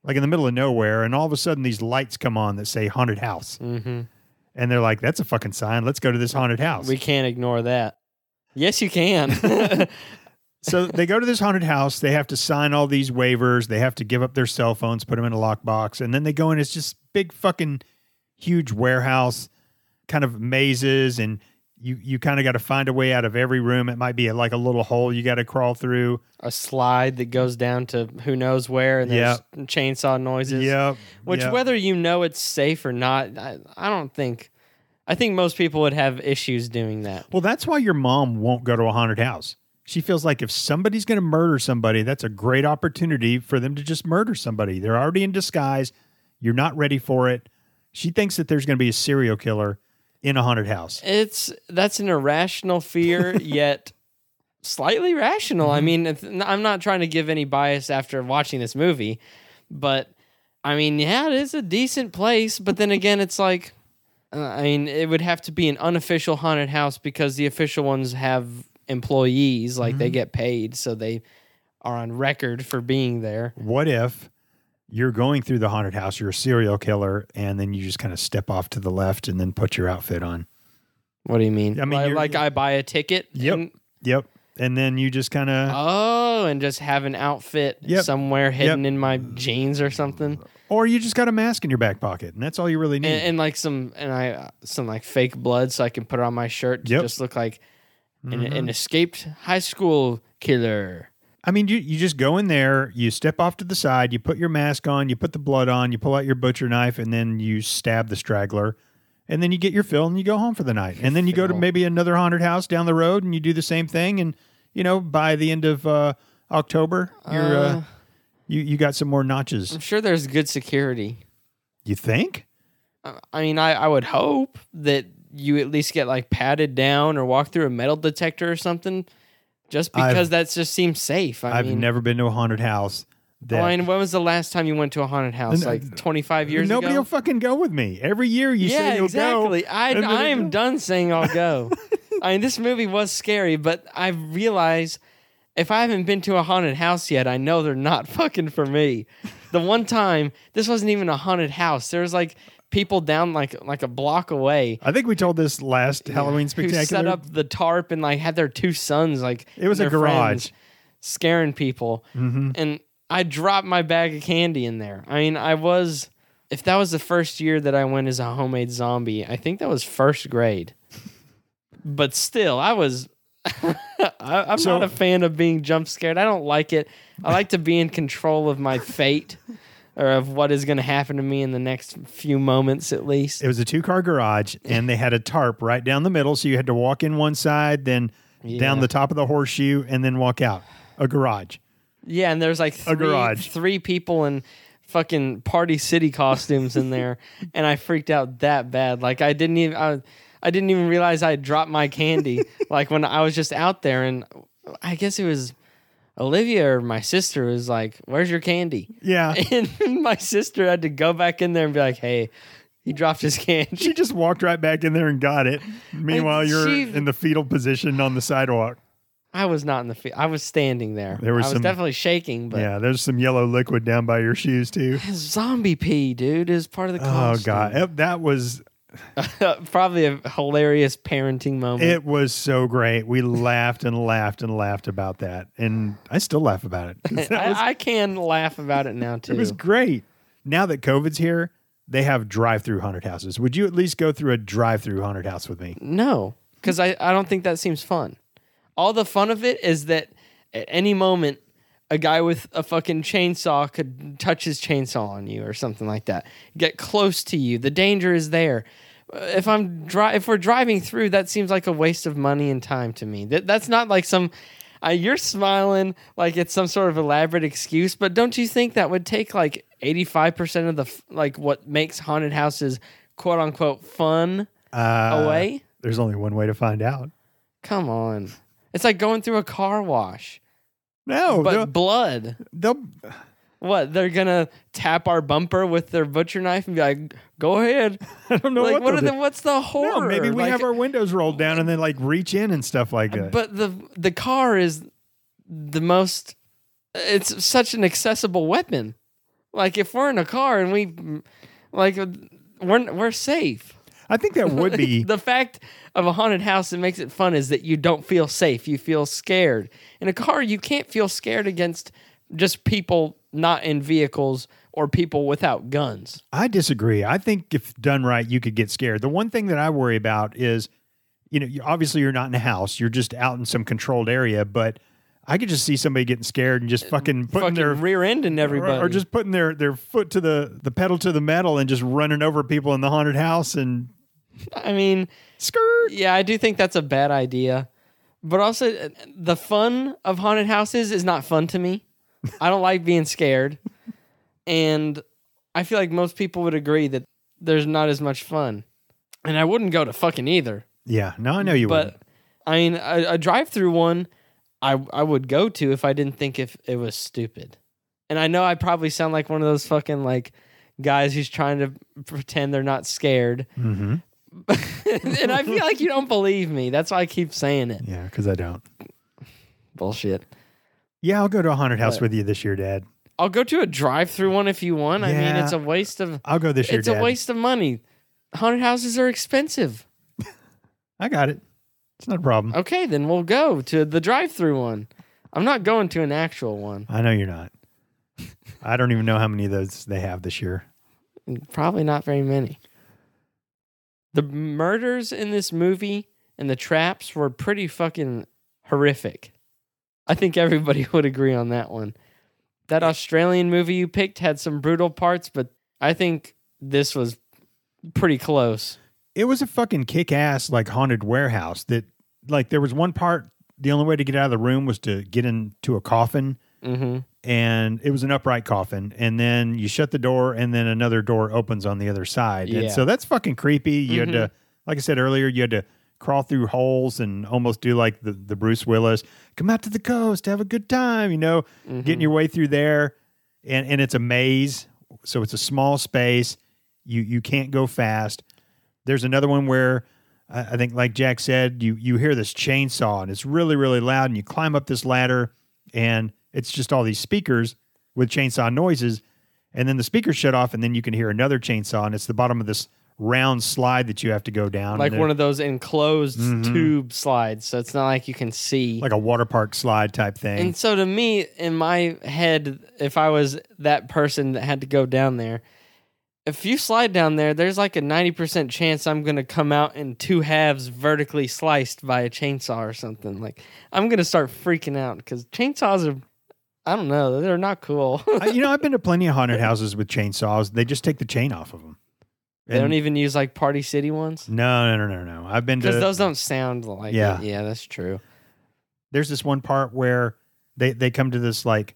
[SPEAKER 1] like in the middle of nowhere, and all of a sudden these lights come on that say haunted house.
[SPEAKER 2] hmm
[SPEAKER 1] And they're like, that's a fucking sign. Let's go to this haunted house.
[SPEAKER 2] We can't ignore that. Yes, you
[SPEAKER 1] (laughs)
[SPEAKER 2] can. (laughs)
[SPEAKER 1] so they go to this haunted house. They have to sign all these waivers. They have to give up their cell phones, put them in a lockbox, and then they go in. It's just big fucking huge warehouse, kind of mazes, and you you kind of got to find a way out of every room. It might be like a little hole you got to crawl through.
[SPEAKER 2] a slide that goes down to who knows where, and there's chainsaw noises.
[SPEAKER 1] Yep.
[SPEAKER 2] Which,
[SPEAKER 1] yep.
[SPEAKER 2] whether you know it's safe or not, I, I don't think. I think most people would have issues doing that.
[SPEAKER 1] Well, that's why your mom won't go to a haunted house. She feels like if somebody's going to murder somebody, that's a great opportunity for them to just murder somebody. They're already in disguise. You're not ready for it. She thinks that there's going to be a serial killer in a haunted house.
[SPEAKER 2] It's that's an
[SPEAKER 1] (laughs)
[SPEAKER 2] irrational fear, yet slightly rational.
[SPEAKER 1] Mm-hmm.
[SPEAKER 2] I mean, it's- n- I'm not trying to give any bias after watching this movie, but I mean, yeah, it is a decent place. But then again, it's like, uh, I mean, it would have to be an unofficial haunted house because the official ones have employees, like
[SPEAKER 1] Mm-hmm.
[SPEAKER 2] they get paid, so they are on record for being there.
[SPEAKER 1] What if you're going through the haunted house, you're a serial killer, and then you just kind of step off to the left and then put your outfit on?
[SPEAKER 2] What do you mean?
[SPEAKER 1] I mean,
[SPEAKER 2] like,
[SPEAKER 1] you're-
[SPEAKER 2] like I buy a ticket.
[SPEAKER 1] Yep.
[SPEAKER 2] and-
[SPEAKER 1] Yep. And then you just kind of,
[SPEAKER 2] Oh, and just have an outfit
[SPEAKER 1] Yep.
[SPEAKER 2] somewhere hidden in my jeans or something,
[SPEAKER 1] or you just got a mask in your back pocket, and that's all you really need.
[SPEAKER 2] and, and like some and I uh, some like fake blood, so I can put it on my shirt to
[SPEAKER 1] Yep. Mm-hmm.
[SPEAKER 2] just look like an, an escaped high school killer.
[SPEAKER 1] I mean, you, you just go in there, you step off to the side, you put your mask on, you put the blood on, you pull out your butcher knife, and then you stab the straggler. And then you get your fill and you go home for the night. And then you go to maybe another haunted house down the road and you do the same thing. And, you know, by the end of uh, October, you're, uh,
[SPEAKER 2] Uh.
[SPEAKER 1] you, you got some more notches.
[SPEAKER 2] I'm sure there's good security.
[SPEAKER 1] You think?
[SPEAKER 2] I- I mean, I, I would hope that you at least get like patted down or walk through a metal detector or something, just
[SPEAKER 1] I've-
[SPEAKER 2] because that just seems safe. I
[SPEAKER 1] I have
[SPEAKER 2] mean,
[SPEAKER 1] never been to a haunted house. That
[SPEAKER 2] Well, I mean, when was the last time you went to a haunted house?
[SPEAKER 1] And, uh,
[SPEAKER 2] Like 25 years
[SPEAKER 1] nobody
[SPEAKER 2] ago?
[SPEAKER 1] will fucking go with me. Every year you
[SPEAKER 2] yeah,
[SPEAKER 1] say you'll
[SPEAKER 2] exactly.
[SPEAKER 1] go.
[SPEAKER 2] I,
[SPEAKER 1] and then
[SPEAKER 2] I
[SPEAKER 1] they
[SPEAKER 2] am
[SPEAKER 1] go.
[SPEAKER 2] done saying I'll
[SPEAKER 1] (laughs)
[SPEAKER 2] go. I mean, this movie was scary, but I realize if I haven't been to a haunted house yet, I know they're not (laughs) fucking for me. The one time, this wasn't even a haunted house. There was like people down like like a block away
[SPEAKER 1] I think we told this last Halloween
[SPEAKER 2] who
[SPEAKER 1] spectacular.
[SPEAKER 2] set up the tarp and like had their two sons like
[SPEAKER 1] It was
[SPEAKER 2] and
[SPEAKER 1] a
[SPEAKER 2] their
[SPEAKER 1] garage. Mm-hmm.
[SPEAKER 2] friends scaring people and I dropped my bag of candy in there. I mean, I was if that was the first year that I went as a homemade zombie, I think that was first grade. (laughs) but still, I was (laughs) I, I'm
[SPEAKER 1] So-
[SPEAKER 2] not a fan of being jump scared. I don't like it. I like to be in control of my fate or of what is going to happen to me in the next few moments at least.
[SPEAKER 1] It was a two car garage, and they had a tarp right down the middle. So you had to walk in one side, then down
[SPEAKER 2] Yeah.
[SPEAKER 1] the top of the horseshoe, and then walk out a garage.
[SPEAKER 2] Yeah, and there's like three,
[SPEAKER 1] garage.
[SPEAKER 2] three people in fucking party city costumes
[SPEAKER 1] (laughs)
[SPEAKER 2] in there, and I freaked out that bad. Like I didn't even I, I didn't even realize I had dropped my candy.
[SPEAKER 1] (laughs)
[SPEAKER 2] like when I was just out there, and I guess it was Olivia or my sister was like, "Where's your candy?" (laughs)
[SPEAKER 1] Yeah.
[SPEAKER 2] And my sister had to go back in there and be like, "Hey, he dropped his candy." (laughs)
[SPEAKER 1] she just walked right back in there and got it. Meanwhile,
[SPEAKER 2] And
[SPEAKER 1] you're
[SPEAKER 2] she-
[SPEAKER 1] in the fetal position on the sidewalk.
[SPEAKER 2] I was not in the field. I was standing there.
[SPEAKER 1] There was
[SPEAKER 2] I was
[SPEAKER 1] some-
[SPEAKER 2] definitely shaking, but
[SPEAKER 1] Yeah, there's some yellow liquid down by your shoes, too.
[SPEAKER 2] zombie pee, dude, is part of the
[SPEAKER 1] Oh,
[SPEAKER 2] costume.
[SPEAKER 1] God. It- That was,
[SPEAKER 2] probably a hilarious parenting moment.
[SPEAKER 1] it was so great. We laughed and laughed and laughed about that. And I still laugh about
[SPEAKER 2] (laughs)
[SPEAKER 1] it. 'cause that
[SPEAKER 2] I,
[SPEAKER 1] was-
[SPEAKER 2] I can laugh about it now too.
[SPEAKER 1] It was great. Now that COVID's here, they have drive-through haunted houses. Would you at least go through a drive-through haunted house with me?
[SPEAKER 2] no, because I, I don't think that seems fun. All the fun of it is that at any moment, a guy with a fucking chainsaw could touch his chainsaw on you or something like that. Get close to you. The danger is there. Uh, If I'm dri- if we're driving through, that seems like a waste of money and time to me. That that's not like some. Uh, you're smiling like it's some sort of elaborate excuse, but don't you think that would take like 85% of the f- like what makes haunted houses quote unquote fun
[SPEAKER 1] Uh,
[SPEAKER 2] away?
[SPEAKER 1] There's only one way to find out.
[SPEAKER 2] Come on. It's like going through a car wash,
[SPEAKER 1] No,
[SPEAKER 2] but
[SPEAKER 1] they'll,
[SPEAKER 2] blood.
[SPEAKER 1] they'll (laughs)
[SPEAKER 2] What they're gonna tap our bumper with their butcher knife and be like, "Go ahead."
[SPEAKER 1] I don't know
[SPEAKER 2] like,
[SPEAKER 1] what
[SPEAKER 2] what,
[SPEAKER 1] they'll
[SPEAKER 2] are the,
[SPEAKER 1] do.
[SPEAKER 2] what's the horror?
[SPEAKER 1] No, maybe we
[SPEAKER 2] Like,
[SPEAKER 1] have our windows rolled down and then like reach in and stuff like that.
[SPEAKER 2] But the the car is the most. It's such an accessible weapon. Like if we're in a car and we, like, we're we're safe.
[SPEAKER 1] I think that would be
[SPEAKER 2] (laughs) the fact of a haunted house that makes it fun is that you don't feel safe. You feel scared. In a car, you can't feel scared against just people not in vehicles or people without guns.
[SPEAKER 1] I disagree. I think if done right, you could get scared. The one thing that I worry about is, you know, you- obviously you're not in a house, you're just out in some controlled area, but I could just see somebody getting scared and just fucking putting
[SPEAKER 2] Uh, Fucking
[SPEAKER 1] their
[SPEAKER 2] rear ending
[SPEAKER 1] or,
[SPEAKER 2] everybody.
[SPEAKER 1] or just putting their their foot to the the pedal to the metal and just running over people in the haunted house and
[SPEAKER 2] I mean,
[SPEAKER 1] skirt.
[SPEAKER 2] yeah, I do think that's a bad idea. But also, uh, the fun of haunted houses is not fun to me. I don't like being scared. And I feel like most people would agree that there's not as much fun. And I wouldn't go to fucking either.
[SPEAKER 1] Yeah, no, I know you would.
[SPEAKER 2] but I mean, a, a drive-through one, I I would go to if I didn't think if it was stupid. And I know I probably sound like one of those fucking like guys who's trying to pretend they're not scared. (laughs)
[SPEAKER 1] Mhm.
[SPEAKER 2] and I feel like you don't believe me. That's why I keep saying it.
[SPEAKER 1] Yeah, because I don't.
[SPEAKER 2] Bullshit.
[SPEAKER 1] Yeah, I'll go to a haunted house
[SPEAKER 2] But-
[SPEAKER 1] with you this year, Dad.
[SPEAKER 2] I'll go to a drive-through one if you want. I mean,
[SPEAKER 1] Yeah.
[SPEAKER 2] it's a waste of
[SPEAKER 1] I'll go this year,
[SPEAKER 2] it's
[SPEAKER 1] Dad.
[SPEAKER 2] a waste of money. Haunted houses are expensive.
[SPEAKER 1] I got it. It's not a problem.
[SPEAKER 2] Okay, then we'll go to the drive-through one. I'm not going to an actual one.
[SPEAKER 1] I know you're not. I don't even know how many of those they have this year.
[SPEAKER 2] Probably not very many. The murders in this movie and the traps were pretty fucking horrific. I think everybody (laughs) would agree on that one. That Australian movie you picked had some brutal parts, but I think this was pretty close.
[SPEAKER 1] it was a fucking kick ass like haunted warehouse that like there was one part the only way to get out of the room was to get into a coffin
[SPEAKER 2] hmm
[SPEAKER 1] and it was an upright coffin and then you shut the door and then another door opens on the other side
[SPEAKER 2] Yeah.
[SPEAKER 1] and so that's fucking creepy you had to like i said earlier you had to crawl through holes and almost do like the, the bruce willis come out to the coast have a good time you know getting your way through there and and it's a maze so it's a small space you you can't go fast there's another one where I, I think, like Jack said, you you hear this chainsaw and it's really really loud, and you climb up this ladder, and it's just all these speakers with chainsaw noises, and then the speakers shut off, and then you can hear another chainsaw, and it's the bottom of this round slide that you have to go down,
[SPEAKER 2] Like one of those enclosed tube slides, so it's not like you can see.
[SPEAKER 1] like a water park slide type thing.
[SPEAKER 2] And so to me, in my head, if I was that person that had to go down there, if you slide down there, there's like a 90% chance I'm going to come out in two halves vertically sliced by a chainsaw or something. Like, I'm going to start freaking out because chainsaws are, I don't know, they're not cool. (laughs)
[SPEAKER 1] I- you know, I've been to plenty of haunted houses with chainsaws. They just take the chain off of them.
[SPEAKER 2] they don't even use like Party City ones
[SPEAKER 1] No, no, no, no, no. I've been to
[SPEAKER 2] because those don't sound like
[SPEAKER 1] Yeah.
[SPEAKER 2] it. Yeah, that's true.
[SPEAKER 1] there's this one part where they they come to this like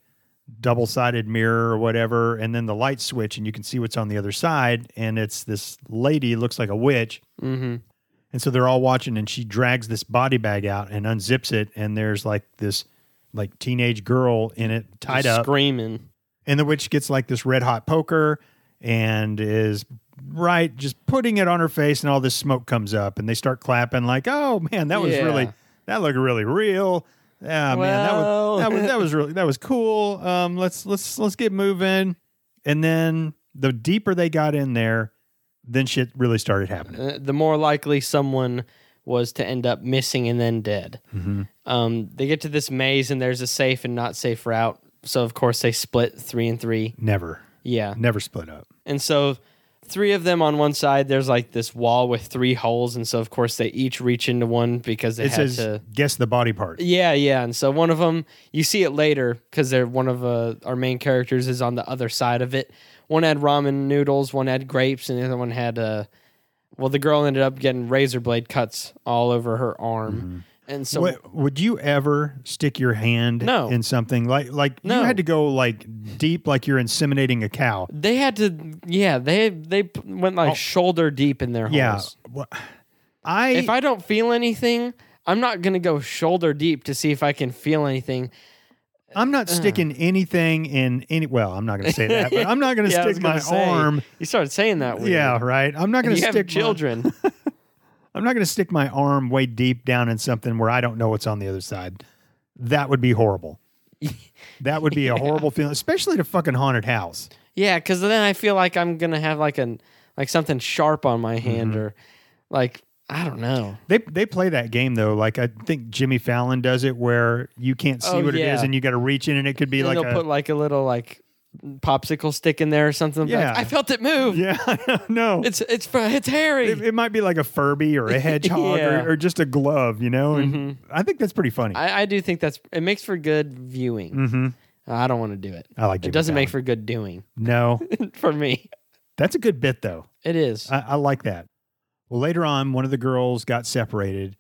[SPEAKER 1] double sided mirror or whatever, and then the lights switch and you can see what's on the other side, and it's this lady looks like a witch,
[SPEAKER 2] Mm-hmm.
[SPEAKER 1] and so they're all watching, and she drags this body bag out and unzips it, and there's like this like teenage girl in it tied up,
[SPEAKER 2] Screaming.
[SPEAKER 1] and the witch gets like this red hot poker and is right just putting it on her face and all this smoke comes up and they start clapping like oh man that was
[SPEAKER 2] Yeah.
[SPEAKER 1] really that looked really real yeah man that
[SPEAKER 2] Well.
[SPEAKER 1] was, that was that
[SPEAKER 2] (laughs)
[SPEAKER 1] was really that was cool um let's let's let's get moving and then the deeper they got in there then shit really started happening
[SPEAKER 2] uh, the more likely someone was to end up missing and then dead.
[SPEAKER 1] Mm-hmm.
[SPEAKER 2] Um, they get to this maze and there's a safe and not safe route. So of course they split three and three.
[SPEAKER 1] never
[SPEAKER 2] Yeah,
[SPEAKER 1] never split up
[SPEAKER 2] and so three of them on one side. There's like this wall with three holes, and so of course they each reach into one because they
[SPEAKER 1] it
[SPEAKER 2] had
[SPEAKER 1] says
[SPEAKER 2] to.
[SPEAKER 1] guess the body part
[SPEAKER 2] Yeah, yeah, and so one of them you see it later because they're one of uh, our main characters is on the other side of it. One had ramen noodles, one had grapes, and the other one had uh, well, the girl ended up getting razor blade cuts all over her arm, and so
[SPEAKER 1] What- would you ever stick your hand
[SPEAKER 2] No.
[SPEAKER 1] in something like like
[SPEAKER 2] No.
[SPEAKER 1] you had to go like deep like you're inseminating a cow?
[SPEAKER 2] they had to. Yeah, they they p- went like shoulder deep in their holes.
[SPEAKER 1] Oh. Yeah. Wha- I,
[SPEAKER 2] if I don't feel anything, I'm not gonna go shoulder deep to see if I can feel anything.
[SPEAKER 1] I'm not sticking anything in any. Well, I'm not going to say that, but I'm not going to
[SPEAKER 2] (laughs) Yeah, I was
[SPEAKER 1] stick my
[SPEAKER 2] gonna say,
[SPEAKER 1] arm.
[SPEAKER 2] You started saying that weird.
[SPEAKER 1] Yeah, right. I'm not going
[SPEAKER 2] And you
[SPEAKER 1] to
[SPEAKER 2] have
[SPEAKER 1] stick my-
[SPEAKER 2] children.
[SPEAKER 1] I'm not going to stick my arm way deep down in something where I don't know what's on the other side. That would be
[SPEAKER 2] (laughs)
[SPEAKER 1] horrible. that would be a horrible feeling, especially at a fucking haunted house.
[SPEAKER 2] Yeah, because then I feel like I'm gonna have like an like something sharp on
[SPEAKER 1] Mm-hmm.
[SPEAKER 2] my hand or like I don't know.
[SPEAKER 1] They they play that game though. Like I think Jimmy Fallon does it, where you can't see
[SPEAKER 2] Oh,
[SPEAKER 1] what it is
[SPEAKER 2] yeah.
[SPEAKER 1] and you got to reach in, and it could be
[SPEAKER 2] And
[SPEAKER 1] like
[SPEAKER 2] they'll
[SPEAKER 1] a (laughs)
[SPEAKER 2] put like a little like popsicle stick in there or something. Like,
[SPEAKER 1] Yeah.
[SPEAKER 2] I felt it move.
[SPEAKER 1] yeah, no.
[SPEAKER 2] It's it's fr- it's Harry.
[SPEAKER 1] It, it might be like a Furby or a
[SPEAKER 2] (laughs)
[SPEAKER 1] hedgehog
[SPEAKER 2] Yeah.
[SPEAKER 1] or, or just a glove, you know. And I think that's pretty funny. I,
[SPEAKER 2] Mm-hmm. I, I do think that's it makes for good viewing.
[SPEAKER 1] Mm.
[SPEAKER 2] I don't want to do it.
[SPEAKER 1] like
[SPEAKER 2] it
[SPEAKER 1] Jimmy
[SPEAKER 2] doesn't make
[SPEAKER 1] Fallon.
[SPEAKER 2] for good doing (laughs)
[SPEAKER 1] no.
[SPEAKER 2] for me.
[SPEAKER 1] That's a good bit though.
[SPEAKER 2] It is.
[SPEAKER 1] I, I like that. Well, later on, one of the girls got separated,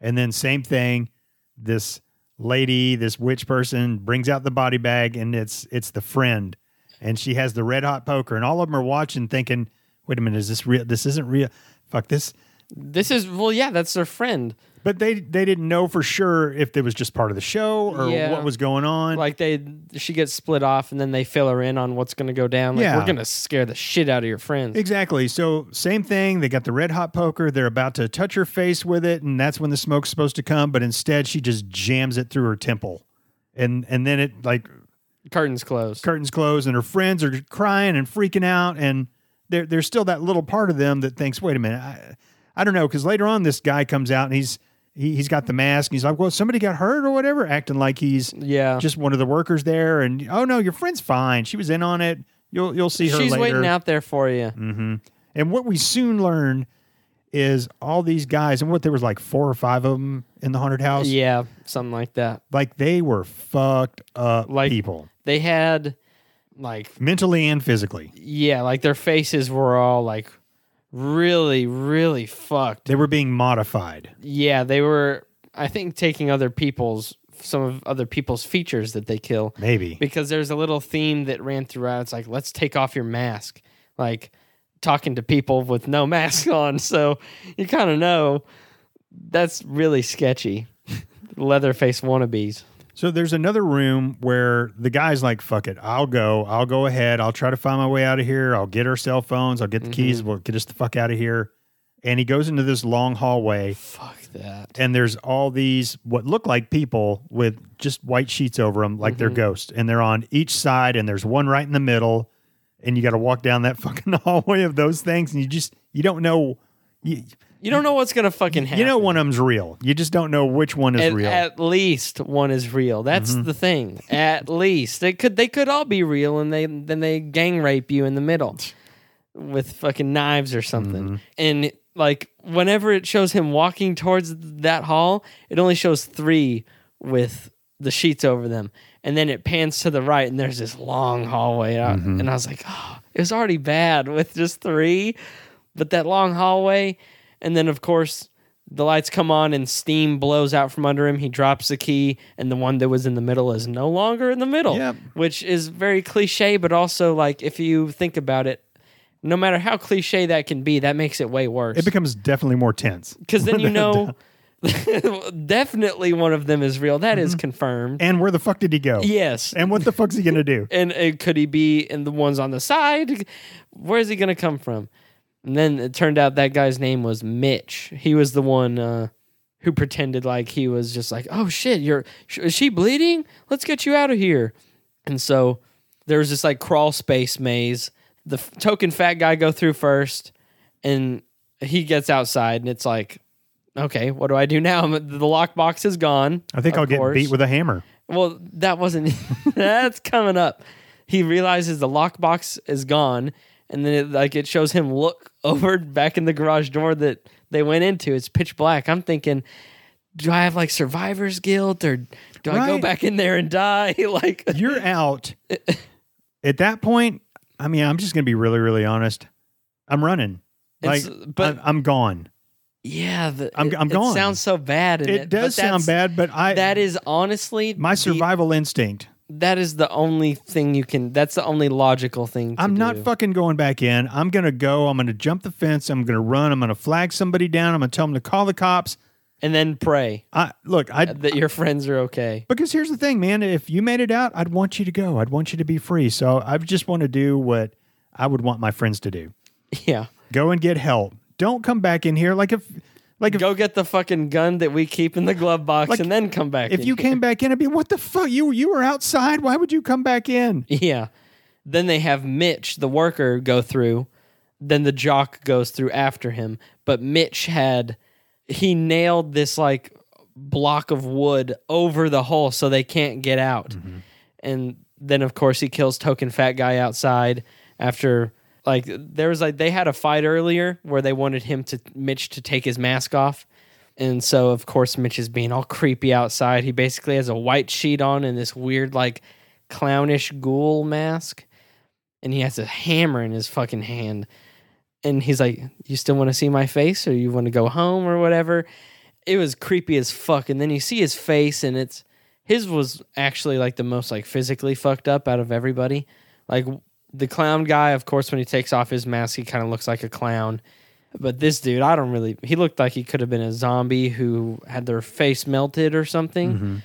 [SPEAKER 1] and then same thing. This lady, this witch person, brings out the body bag, and it's it's the friend, and she has the red hot poker, and all of them are watching, thinking, "Wait a minute, is this real? This isn't real. Fuck this."
[SPEAKER 2] this is well, yeah, that's
[SPEAKER 1] (laughs)
[SPEAKER 2] their friend.
[SPEAKER 1] But they they didn't know for sure if it was just part of the show or
[SPEAKER 2] Yeah.
[SPEAKER 1] what was going on.
[SPEAKER 2] Like they, she gets split off, and then they fill her in on what's going to go down. Like
[SPEAKER 1] Yeah.
[SPEAKER 2] we're going to scare the shit out of your friends.
[SPEAKER 1] Exactly. So same thing. They got the red hot poker. They're about to touch her face with it, and that's when the smoke's supposed to come. But instead, she just jams it through her temple, and and then it like
[SPEAKER 2] Curtains closed.
[SPEAKER 1] curtains close, and her friends are crying and freaking out, and there there's still that little part of them that thinks, wait a minute, I, I don't know, because later on this guy comes out and he's he, he's got the mask. And he's like, well, somebody got hurt or whatever, acting like he's
[SPEAKER 2] yeah.
[SPEAKER 1] just one of the workers there, and oh no, your friend's fine. She was in on it. You'll you'll see her.
[SPEAKER 2] She's
[SPEAKER 1] later. Mm.
[SPEAKER 2] waiting out there for you.
[SPEAKER 1] And what we soon learned is all these guys, and what there was like four or five of them in the haunted house.
[SPEAKER 2] Yeah, something like that.
[SPEAKER 1] Like they were fucked up
[SPEAKER 2] Like-
[SPEAKER 1] people,
[SPEAKER 2] They had like
[SPEAKER 1] mentally and physically.
[SPEAKER 2] yeah, like their faces were all like really really fucked.
[SPEAKER 1] They were being modified.
[SPEAKER 2] Yeah, they were I think taking other people's some of other people's features that they kill
[SPEAKER 1] Maybe.
[SPEAKER 2] because there's a little theme that ran throughout. It's like let's take off your mask. Like talking to people with no (laughs) mask on, so you kind of know that's
[SPEAKER 1] (laughs)
[SPEAKER 2] really sketchy. Leatherface wannabes.
[SPEAKER 1] So there's another room where the guy's like, fuck it, I'll go. I'll go ahead. I'll try to find my way out of here. I'll get our cell phones. I'll get the keys.
[SPEAKER 2] Mm-hmm.
[SPEAKER 1] We'll get us the fuck out of here. And he goes into this long hallway.
[SPEAKER 2] Fuck that.
[SPEAKER 1] and there's all these what look like people with just white sheets over them, like
[SPEAKER 2] Mm-hmm.
[SPEAKER 1] they're ghosts, and they're on each side, and there's one right in the middle, and you got to walk down that (laughs) fucking hallway of those things, and you just you don't know, you,
[SPEAKER 2] You don't know what's gonna fucking happen.
[SPEAKER 1] you know one of them's real, you just don't know which one is
[SPEAKER 2] at,
[SPEAKER 1] real. Mm-hmm.
[SPEAKER 2] at least one is real. That's the thing. At least they could they could all be real, and they then they gang rape you in the middle with fucking knives or something. And like whenever it shows him walking towards that hall, it only shows three with the sheets over them, and then it pans to the right, and there's this long hallway. And I- And I was like, oh, it was already bad with just three, but that long hallway, and then of course the lights come on and steam blows out from under him. He drops the key, and the one that was in the middle is no longer in the middle,
[SPEAKER 1] Yep.
[SPEAKER 2] which is very cliche, but also like if you think about it, no matter how cliche that can be, that makes it way worse.
[SPEAKER 1] it becomes definitely more tense,
[SPEAKER 2] Because then you know, (laughs) definitely one of them is real. That is confirmed.
[SPEAKER 1] and where the fuck did he go?
[SPEAKER 2] yes.
[SPEAKER 1] and what the fuck's he gonna do?
[SPEAKER 2] And uh, could he be in the ones on the side? Where is he going to come from? And then it turned out that guy's name was Mitch. He was the one uh, who pretended like he was just like, oh shit, you're sh- is she bleeding? Let's get you out of here. And so there was this like crawl space maze. The f- token fat guy go through first, and he gets outside, and it's like, okay, what do I do now? (laughs) I'm- The lockbox is gone.
[SPEAKER 1] I think
[SPEAKER 2] of
[SPEAKER 1] I'll
[SPEAKER 2] course.
[SPEAKER 1] get beat with a hammer.
[SPEAKER 2] Well, that wasn't. (laughs) that's coming up. He realizes the lockbox is gone, and then it, like it shows him look (laughs) over back in the garage door that they went into. It's pitch black. I'm thinking, do I have like survivor's guilt, or do I go
[SPEAKER 1] Right.
[SPEAKER 2] back in there and die? (laughs) like,
[SPEAKER 1] You're
[SPEAKER 2] (laughs)
[SPEAKER 1] out. At that point, I mean, I'm just gonna be really, really honest. I'm running, like,
[SPEAKER 2] It's- but-
[SPEAKER 1] I'm- I'm gone.
[SPEAKER 2] yeah, the,
[SPEAKER 1] I'm-
[SPEAKER 2] it,
[SPEAKER 1] I'm
[SPEAKER 2] it
[SPEAKER 1] gone.
[SPEAKER 2] sounds so bad. in
[SPEAKER 1] It,
[SPEAKER 2] but
[SPEAKER 1] does sound
[SPEAKER 2] that's-
[SPEAKER 1] bad, but I
[SPEAKER 2] That is honestly
[SPEAKER 1] my
[SPEAKER 2] the-
[SPEAKER 1] survival instinct.
[SPEAKER 2] that is the only thing you can. That's the only logical thing. to
[SPEAKER 1] I'm not
[SPEAKER 2] do.
[SPEAKER 1] fucking going back in. I'm gonna go. I'm gonna jump the fence. I'm gonna run. I'm gonna flag somebody down. I'm gonna tell them to call the cops.
[SPEAKER 2] and then pray
[SPEAKER 1] I, look, I
[SPEAKER 2] that your friends are okay. (laughs)
[SPEAKER 1] because here's the thing, man. If you made it out, I'd want you to go. I'd want you to be free. So I just want to do what I would want my friends to do.
[SPEAKER 2] Yeah.
[SPEAKER 1] Go and get help. Don't come back in here like if like if,
[SPEAKER 2] Go get the fucking gun that we keep in the glove box
[SPEAKER 1] Like,
[SPEAKER 2] and then come back.
[SPEAKER 1] if
[SPEAKER 2] in
[SPEAKER 1] you came back in, I'd be what the fuck you you were outside. Why would you come back in?
[SPEAKER 2] (laughs) Yeah. Then they have Mitch, the worker, go through. Then the jock goes through after him. But Mitch had he nailed this like block of wood over the hole so they can't get out.
[SPEAKER 1] Mm-hmm.
[SPEAKER 2] And then of course he kills token fat guy outside after like there was like they had a fight earlier where they wanted him to Mitch to take his mask off. And so of course Mitch is being all creepy outside. He basically has a white sheet on and this weird like clownish ghoul mask and he has a hammer in his fucking hand and he's like you still want to see my face or you want to go home or whatever it was creepy as fuck and then you see his face and it's his was actually like the most like physically fucked up out of everybody like the clown guy of course when he takes off his mask he kind of looks like a clown but this dude i don't really he looked like he could have been a zombie who had their face melted or something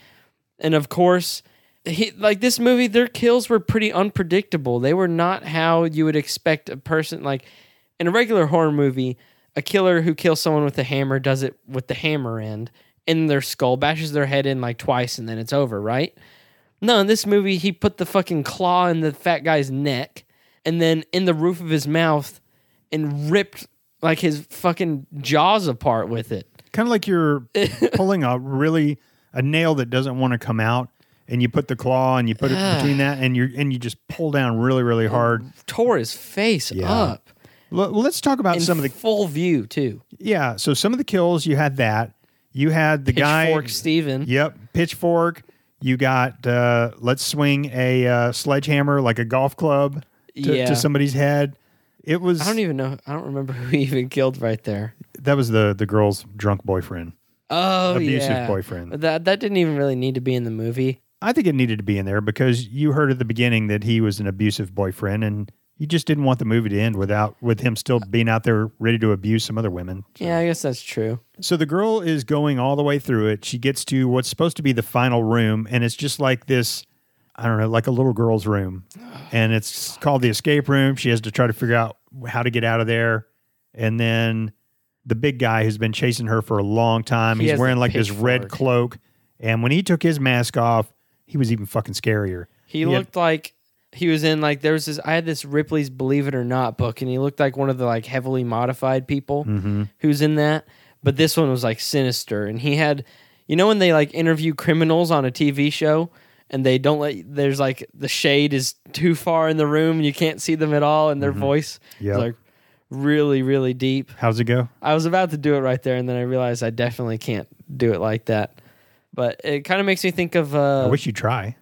[SPEAKER 2] and of course he like this movie their kills were pretty unpredictable they were not how you would expect a person like in a regular horror movie a killer who kills someone with a hammer does it with the hammer end in their skull bashes their head in like twice and then it's over right no in this movie he put the fucking claw in the fat guy's neck and then in the roof of his mouth and ripped like his fucking jaws apart with it
[SPEAKER 1] Kind of like
[SPEAKER 2] (laughs)
[SPEAKER 1] you're pulling a really a nail that doesn't want to come out, and you put the claw and you put it between that, and you and you just pull down really really
[SPEAKER 2] Mm.
[SPEAKER 1] hard.
[SPEAKER 2] tore his face up
[SPEAKER 1] L- let's talk about
[SPEAKER 2] in
[SPEAKER 1] some of the
[SPEAKER 2] full view too
[SPEAKER 1] yeah. So some of the kills you had that you had the guy
[SPEAKER 2] pitchfork hmm? steven
[SPEAKER 1] Yep, pitchfork. You got uh, let's swing a uh, sledgehammer like a golf club to,
[SPEAKER 2] Yeah.
[SPEAKER 1] to somebody's head. It was
[SPEAKER 2] I don't e even know. I don't remember who he even killed right there.
[SPEAKER 1] that was the the girl's drunk boyfriend.
[SPEAKER 2] Oh,
[SPEAKER 1] Abusive
[SPEAKER 2] yeah.
[SPEAKER 1] boyfriend.
[SPEAKER 2] That that didn't even really need to be in the movie.
[SPEAKER 1] I think it needed to be in there because you heard at the beginning that he was an abusive boyfriend, and you just didn't want the movie to end without with him still being out there ready to abuse some other women.
[SPEAKER 2] Yeah, I guess that's true.
[SPEAKER 1] So the girl is going all the way through it. She gets to what's supposed to be the final room, and it's just like this I don't know, like a little girl's
[SPEAKER 2] (sighs)
[SPEAKER 1] room. And it's called the escape room. She has to try to figure out how to get out of there. And then the big guy who's been chasing her for a long time,
[SPEAKER 2] He
[SPEAKER 1] he's
[SPEAKER 2] has the
[SPEAKER 1] wearing like this red
[SPEAKER 2] pitchfork.
[SPEAKER 1] cloak. And when he took his mask off, he was even fucking scarier.
[SPEAKER 2] He,
[SPEAKER 1] had-
[SPEAKER 2] looked like he was in like there was this. I had this Ripley's Believe It or Not book, and he looked like one of the like heavily modified people who's in that. But this one was like sinister, and he had, you know, when they like interview criminals on a TV show. And they don't let there's like the shade is too far in the room and you can't see them at all and their voice
[SPEAKER 1] Yep.
[SPEAKER 2] is like really really deep.
[SPEAKER 1] How's it go?
[SPEAKER 2] I was about to do it right there, and then I realized I definitely can't do it like that. But it kind of makes me think of
[SPEAKER 1] I
[SPEAKER 2] uh,
[SPEAKER 1] wish you'd try.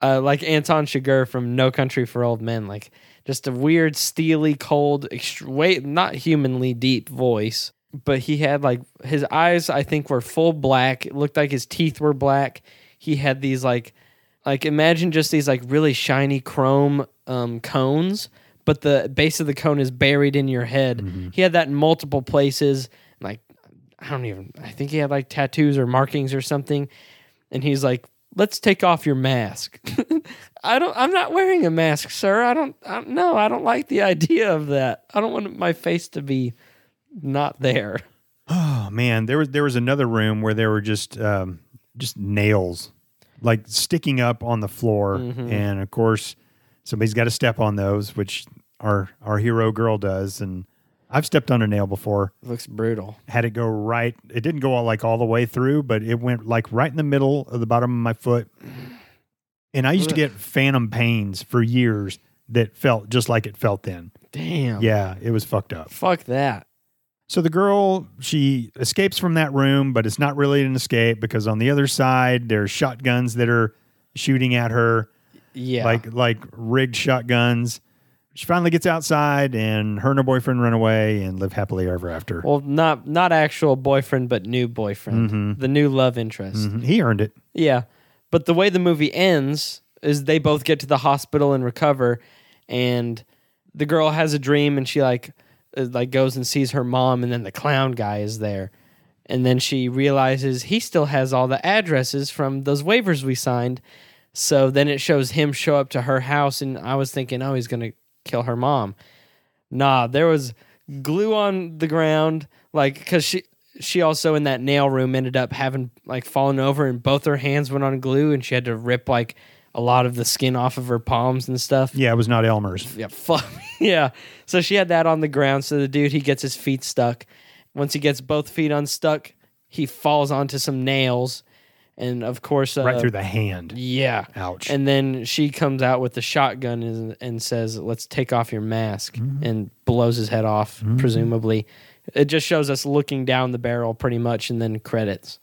[SPEAKER 2] uh, like Anton Chigurh from No Country for Old Men, like just a weird, steely, cold, ext- way not humanly deep voice. But he had like his eyes, I think, were full black. It looked like his teeth were black. He had these like, like imagine just these like really shiny chrome um, cones, but the base of the cone is buried in your head. He had that in multiple places, like I don't even. I think he had like tattoos or markings or something, and he's like, "Let's take off your mask." (laughs) I don't. I'm not wearing a mask, sir. I don't. I, no, I don't like the (laughs) idea of that. I don't want my face to be not there.
[SPEAKER 1] Oh man, there was there was another room where there were just um, just nails like sticking up on the floor, and of course somebody's got to step on those, which our our hero girl does. And I've stepped on a nail before,
[SPEAKER 2] looks brutal.
[SPEAKER 1] had it go right. It didn't go all, like all the way through, but it went like right in the middle of the bottom of my foot. And I used to get phantom pains for years that felt just like it felt then.
[SPEAKER 2] Damn.
[SPEAKER 1] Yeah, it was fucked up.
[SPEAKER 2] Fuck that.
[SPEAKER 1] So the girl, she escapes from that room, but it's not really an escape because on the other side there's shotguns that are shooting at her,
[SPEAKER 2] Yeah.
[SPEAKER 1] like like rigged shotguns. She finally gets outside, and her and her boyfriend run away and live happily ever after.
[SPEAKER 2] well, not not actual boyfriend, but new boyfriend,
[SPEAKER 1] Mm-hmm.
[SPEAKER 2] the new love interest.
[SPEAKER 1] Mhm. He earned it.
[SPEAKER 2] Yeah. But the way the movie ends is they both get to the hospital and recover and the girl has a dream and she like uh, like goes and sees her mom and then the clown guy is there And then she realizes he still has all the addresses from those waivers we signed. So then it shows him show up to her house, and I was thinking, oh, he's gonna kill her mom. Nah, there was glue on the ground, like because she she also in that nail room ended up having like fallen over, and both her hands went on glue, and she had to rip like a lot of the skin off of her palms and stuff.
[SPEAKER 1] Yeah, it was not Elmer's.
[SPEAKER 2] Yeah, fuck. (laughs) yeah. So she had that on the ground. So the dude, he gets his feet stuck. Once he gets both feet unstuck, he falls onto some nails. And of course, uh,
[SPEAKER 1] Right through the hand.
[SPEAKER 2] Yeah.
[SPEAKER 1] Ouch.
[SPEAKER 2] And then she comes out with the shotgun and, and says, Let's take off your mask. And blows his head off, presumably. It just shows us looking down the barrel pretty much and then credits.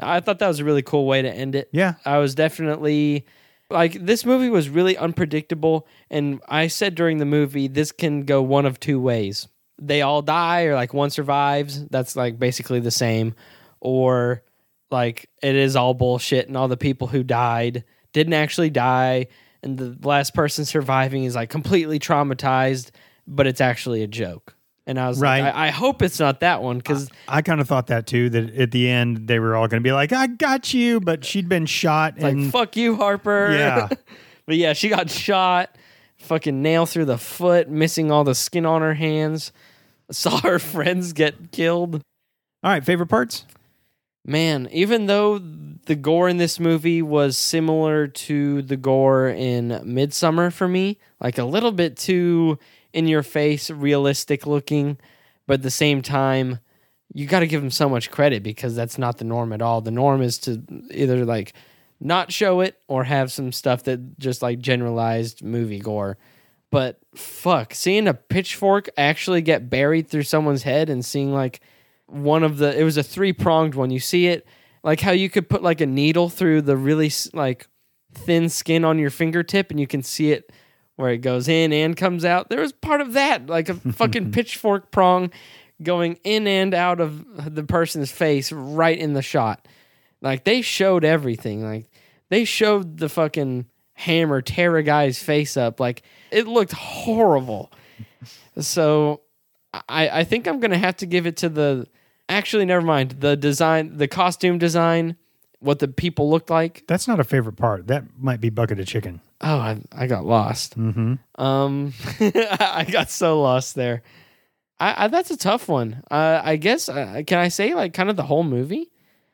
[SPEAKER 2] I thought that was a really cool way to end it.
[SPEAKER 1] Yeah.
[SPEAKER 2] I was definitely like, this movie was really unpredictable. And I said during the movie, this can go one of two ways. They all die, or like one survives. That's like basically the same. Or like it is all bullshit and all the people who died didn't actually die and the last person surviving is like completely traumatized but it's actually a joke and i was
[SPEAKER 1] Right.
[SPEAKER 2] like I, I hope it's not that one because
[SPEAKER 1] I kind of thought that too, that at the end they were all going to be like, I got you, but she'd been shot.
[SPEAKER 2] like
[SPEAKER 1] and
[SPEAKER 2] fuck you harper
[SPEAKER 1] Yeah.
[SPEAKER 2] (laughs) but yeah she got shot fucking nail through the foot missing all the skin on her hands (laughs) saw her friends get killed
[SPEAKER 1] All right, favorite parts?
[SPEAKER 2] Man, even though the gore in this movie was similar to the gore in Midsummer for me, like a little bit too in your face, realistic looking, but at the same time, you got to give him so much credit because that's not the norm at all. The norm is to either like not show it or have some stuff that just like generalized movie gore. But fuck, seeing a pitchfork actually get buried through someone's head and seeing like one of the it was a three pronged one. You see it like how you could put like a needle through the really s- like thin skin on your fingertip and you can see it where it goes in and comes out. There was part of that like a fucking pitchfork prong going in and out of the person's face right in the shot. Like they showed everything. Like they showed the fucking hammer tear a guy's face up. Like it looked horrible. So I, I think I'm gonna have to give it to the actually never mind. The design the costume design, what the people looked like.
[SPEAKER 1] That's not a favorite part. That might be Bucket of Chicken.
[SPEAKER 2] Oh, I, I got lost.
[SPEAKER 1] Mm-hmm.
[SPEAKER 2] Um (laughs) I got so lost there. I, I that's a tough one. Uh, I guess uh, can I say like kind of the whole movie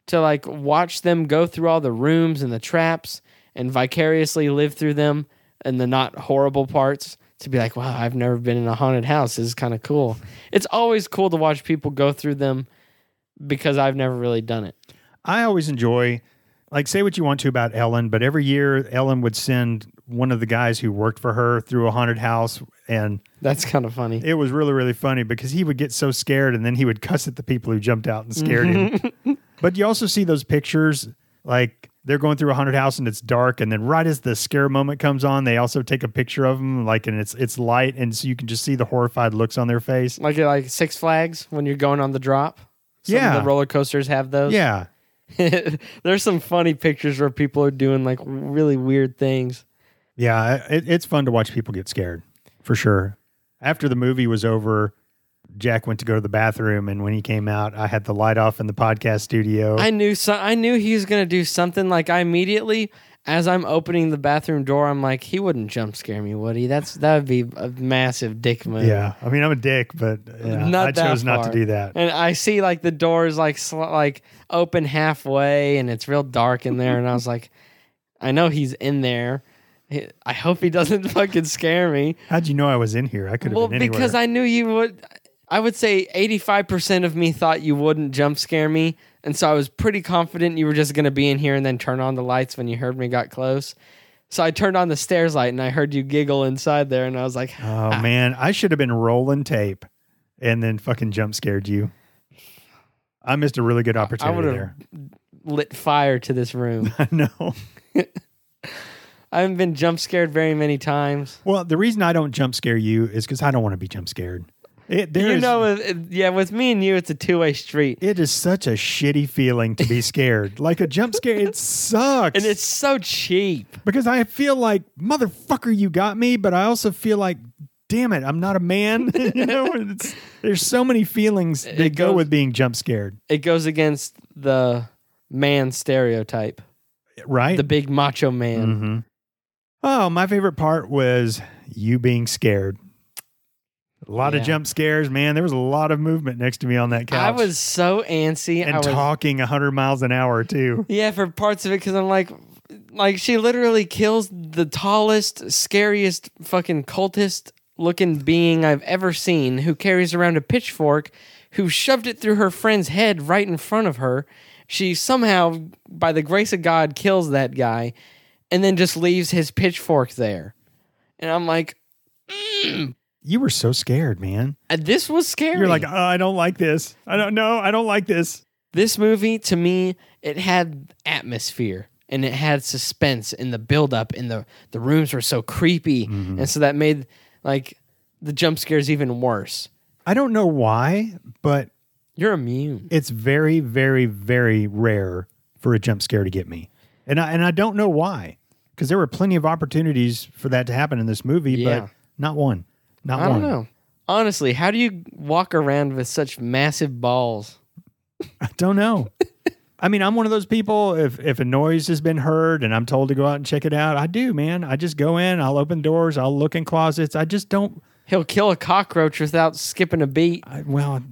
[SPEAKER 2] to like watch them go through all the rooms and the traps and vicariously live through them and the not horrible parts to be like, wow, I've never been in a haunted house. This is kind of cool. It's always cool to watch people go through them because I've never really done it.
[SPEAKER 1] I always enjoy, like, say what you want to about Ellen, but every year Ellen would send one of the guys who worked for her through a haunted house. And
[SPEAKER 2] That's kind of funny.
[SPEAKER 1] it was really, really funny because he would get so scared and then he would (laughs) cuss at the people who jumped out and scared him. But you also see those pictures, like, they're going through a haunted house and it's dark, and then right as the scare moment comes on, they also take a picture of them, like, and it's it's light, and so you can just see the horrified looks on their face.
[SPEAKER 2] Like uh, like Six Flags when you're going on the drop. Some
[SPEAKER 1] Yeah.
[SPEAKER 2] of the roller coasters have those.
[SPEAKER 1] Yeah,
[SPEAKER 2] (laughs) There's some funny pictures where people are doing like really weird things.
[SPEAKER 1] Yeah, it, it's fun to watch people get scared for sure. After the movie was over, Jack went to go to the bathroom, and when he came out, I had the light off in the podcast studio.
[SPEAKER 2] I knew so I knew he was gonna do something. Like I immediately, as I'm opening the bathroom door, I'm like, he wouldn't jump scare me, would he? That's that would be a massive dick move.
[SPEAKER 1] yeah, I mean, I'm a dick, but yeah,
[SPEAKER 2] Not
[SPEAKER 1] I chose
[SPEAKER 2] that
[SPEAKER 1] not to
[SPEAKER 2] far.
[SPEAKER 1] do that.
[SPEAKER 2] And I see like the doors like sl- like open halfway, and it's real dark in there. and I was like, I know he's in there. He- I hope he doesn't (laughs) fucking scare me.
[SPEAKER 1] How'd you know I was in here? I could have
[SPEAKER 2] Well,
[SPEAKER 1] been anywhere.
[SPEAKER 2] because I knew you would. I would say 85% of me thought you wouldn't jump scare me. And so I was pretty confident you were just going to be in here and then turn on the lights when you heard me got close. So I turned on the stairs light and I heard you giggle inside there. And I was like,
[SPEAKER 1] oh man, I should have been rolling tape, and then fucking jump scared you. I missed a really good opportunity
[SPEAKER 2] would've-
[SPEAKER 1] there. (laughs)
[SPEAKER 2] lit fire to this room.
[SPEAKER 1] I know.
[SPEAKER 2] I haven't been jump scared very many times.
[SPEAKER 1] Well, the reason I don't jump scare you is because I don't want to be jump scared. It, there
[SPEAKER 2] you
[SPEAKER 1] is-
[SPEAKER 2] know, it- it- yeah, with me and you, it's a two way street.
[SPEAKER 1] It is such a shitty feeling to
[SPEAKER 2] (laughs)
[SPEAKER 1] be scared. like a jump scare, it sucks.
[SPEAKER 2] and it's so cheap.
[SPEAKER 1] because I feel like, motherfucker, you got me, but I also feel like, damn it, I'm not a man. (laughs) you know, it's, there's so many feelings
[SPEAKER 2] It-
[SPEAKER 1] that
[SPEAKER 2] it
[SPEAKER 1] go
[SPEAKER 2] goes-
[SPEAKER 1] with being jump scared,
[SPEAKER 2] It goes against the man stereotype,
[SPEAKER 1] right?
[SPEAKER 2] the big macho man.
[SPEAKER 1] Mhm. Oh, my favorite part was you being scared. A lot
[SPEAKER 2] Yeah.
[SPEAKER 1] of jump scares, man. There was a lot of movement next to me on that
[SPEAKER 2] I
[SPEAKER 1] couch.
[SPEAKER 2] was so antsy.
[SPEAKER 1] and
[SPEAKER 2] I was,
[SPEAKER 1] talking 100 miles an hour too.
[SPEAKER 2] Yeah, for parts of it, because I'm like, like she literally kills the tallest, scariest, fucking cultist looking being I've ever seen, who carries around a pitchfork, who shoved it through her friend's head right in front of her. She somehow, by the grace of God, kills that guy, and then just leaves his pitchfork there. And I'm like,
[SPEAKER 1] You were so scared, man.
[SPEAKER 2] "Uh, this was scary.
[SPEAKER 1] You're like, oh, I don't like this. I don't know. I don't like this.
[SPEAKER 2] this movie to me it had atmosphere and it had suspense and the buildup and the the rooms were so creepy
[SPEAKER 1] Mm-hmm.
[SPEAKER 2] and so that made like the jump scares even worse
[SPEAKER 1] I don't know why, but
[SPEAKER 2] you're immune
[SPEAKER 1] it's very, very, very rare for a jump scare to get me, and I and I don't know why, because there were plenty of opportunities for that to happen in this movie,
[SPEAKER 2] Yeah.
[SPEAKER 1] but not one, not
[SPEAKER 2] i don't
[SPEAKER 1] one.
[SPEAKER 2] know honestly how do you walk around with such massive balls
[SPEAKER 1] (laughs) I don't know. (laughs) I mean, I'm one of those people. If if a noise has been heard and I'm told to go out and check it out, I do, man. I just go in. I'll open doors. I'll look in closets. I just don't.
[SPEAKER 2] he'll kill a cockroach without skipping a beat
[SPEAKER 1] I, well,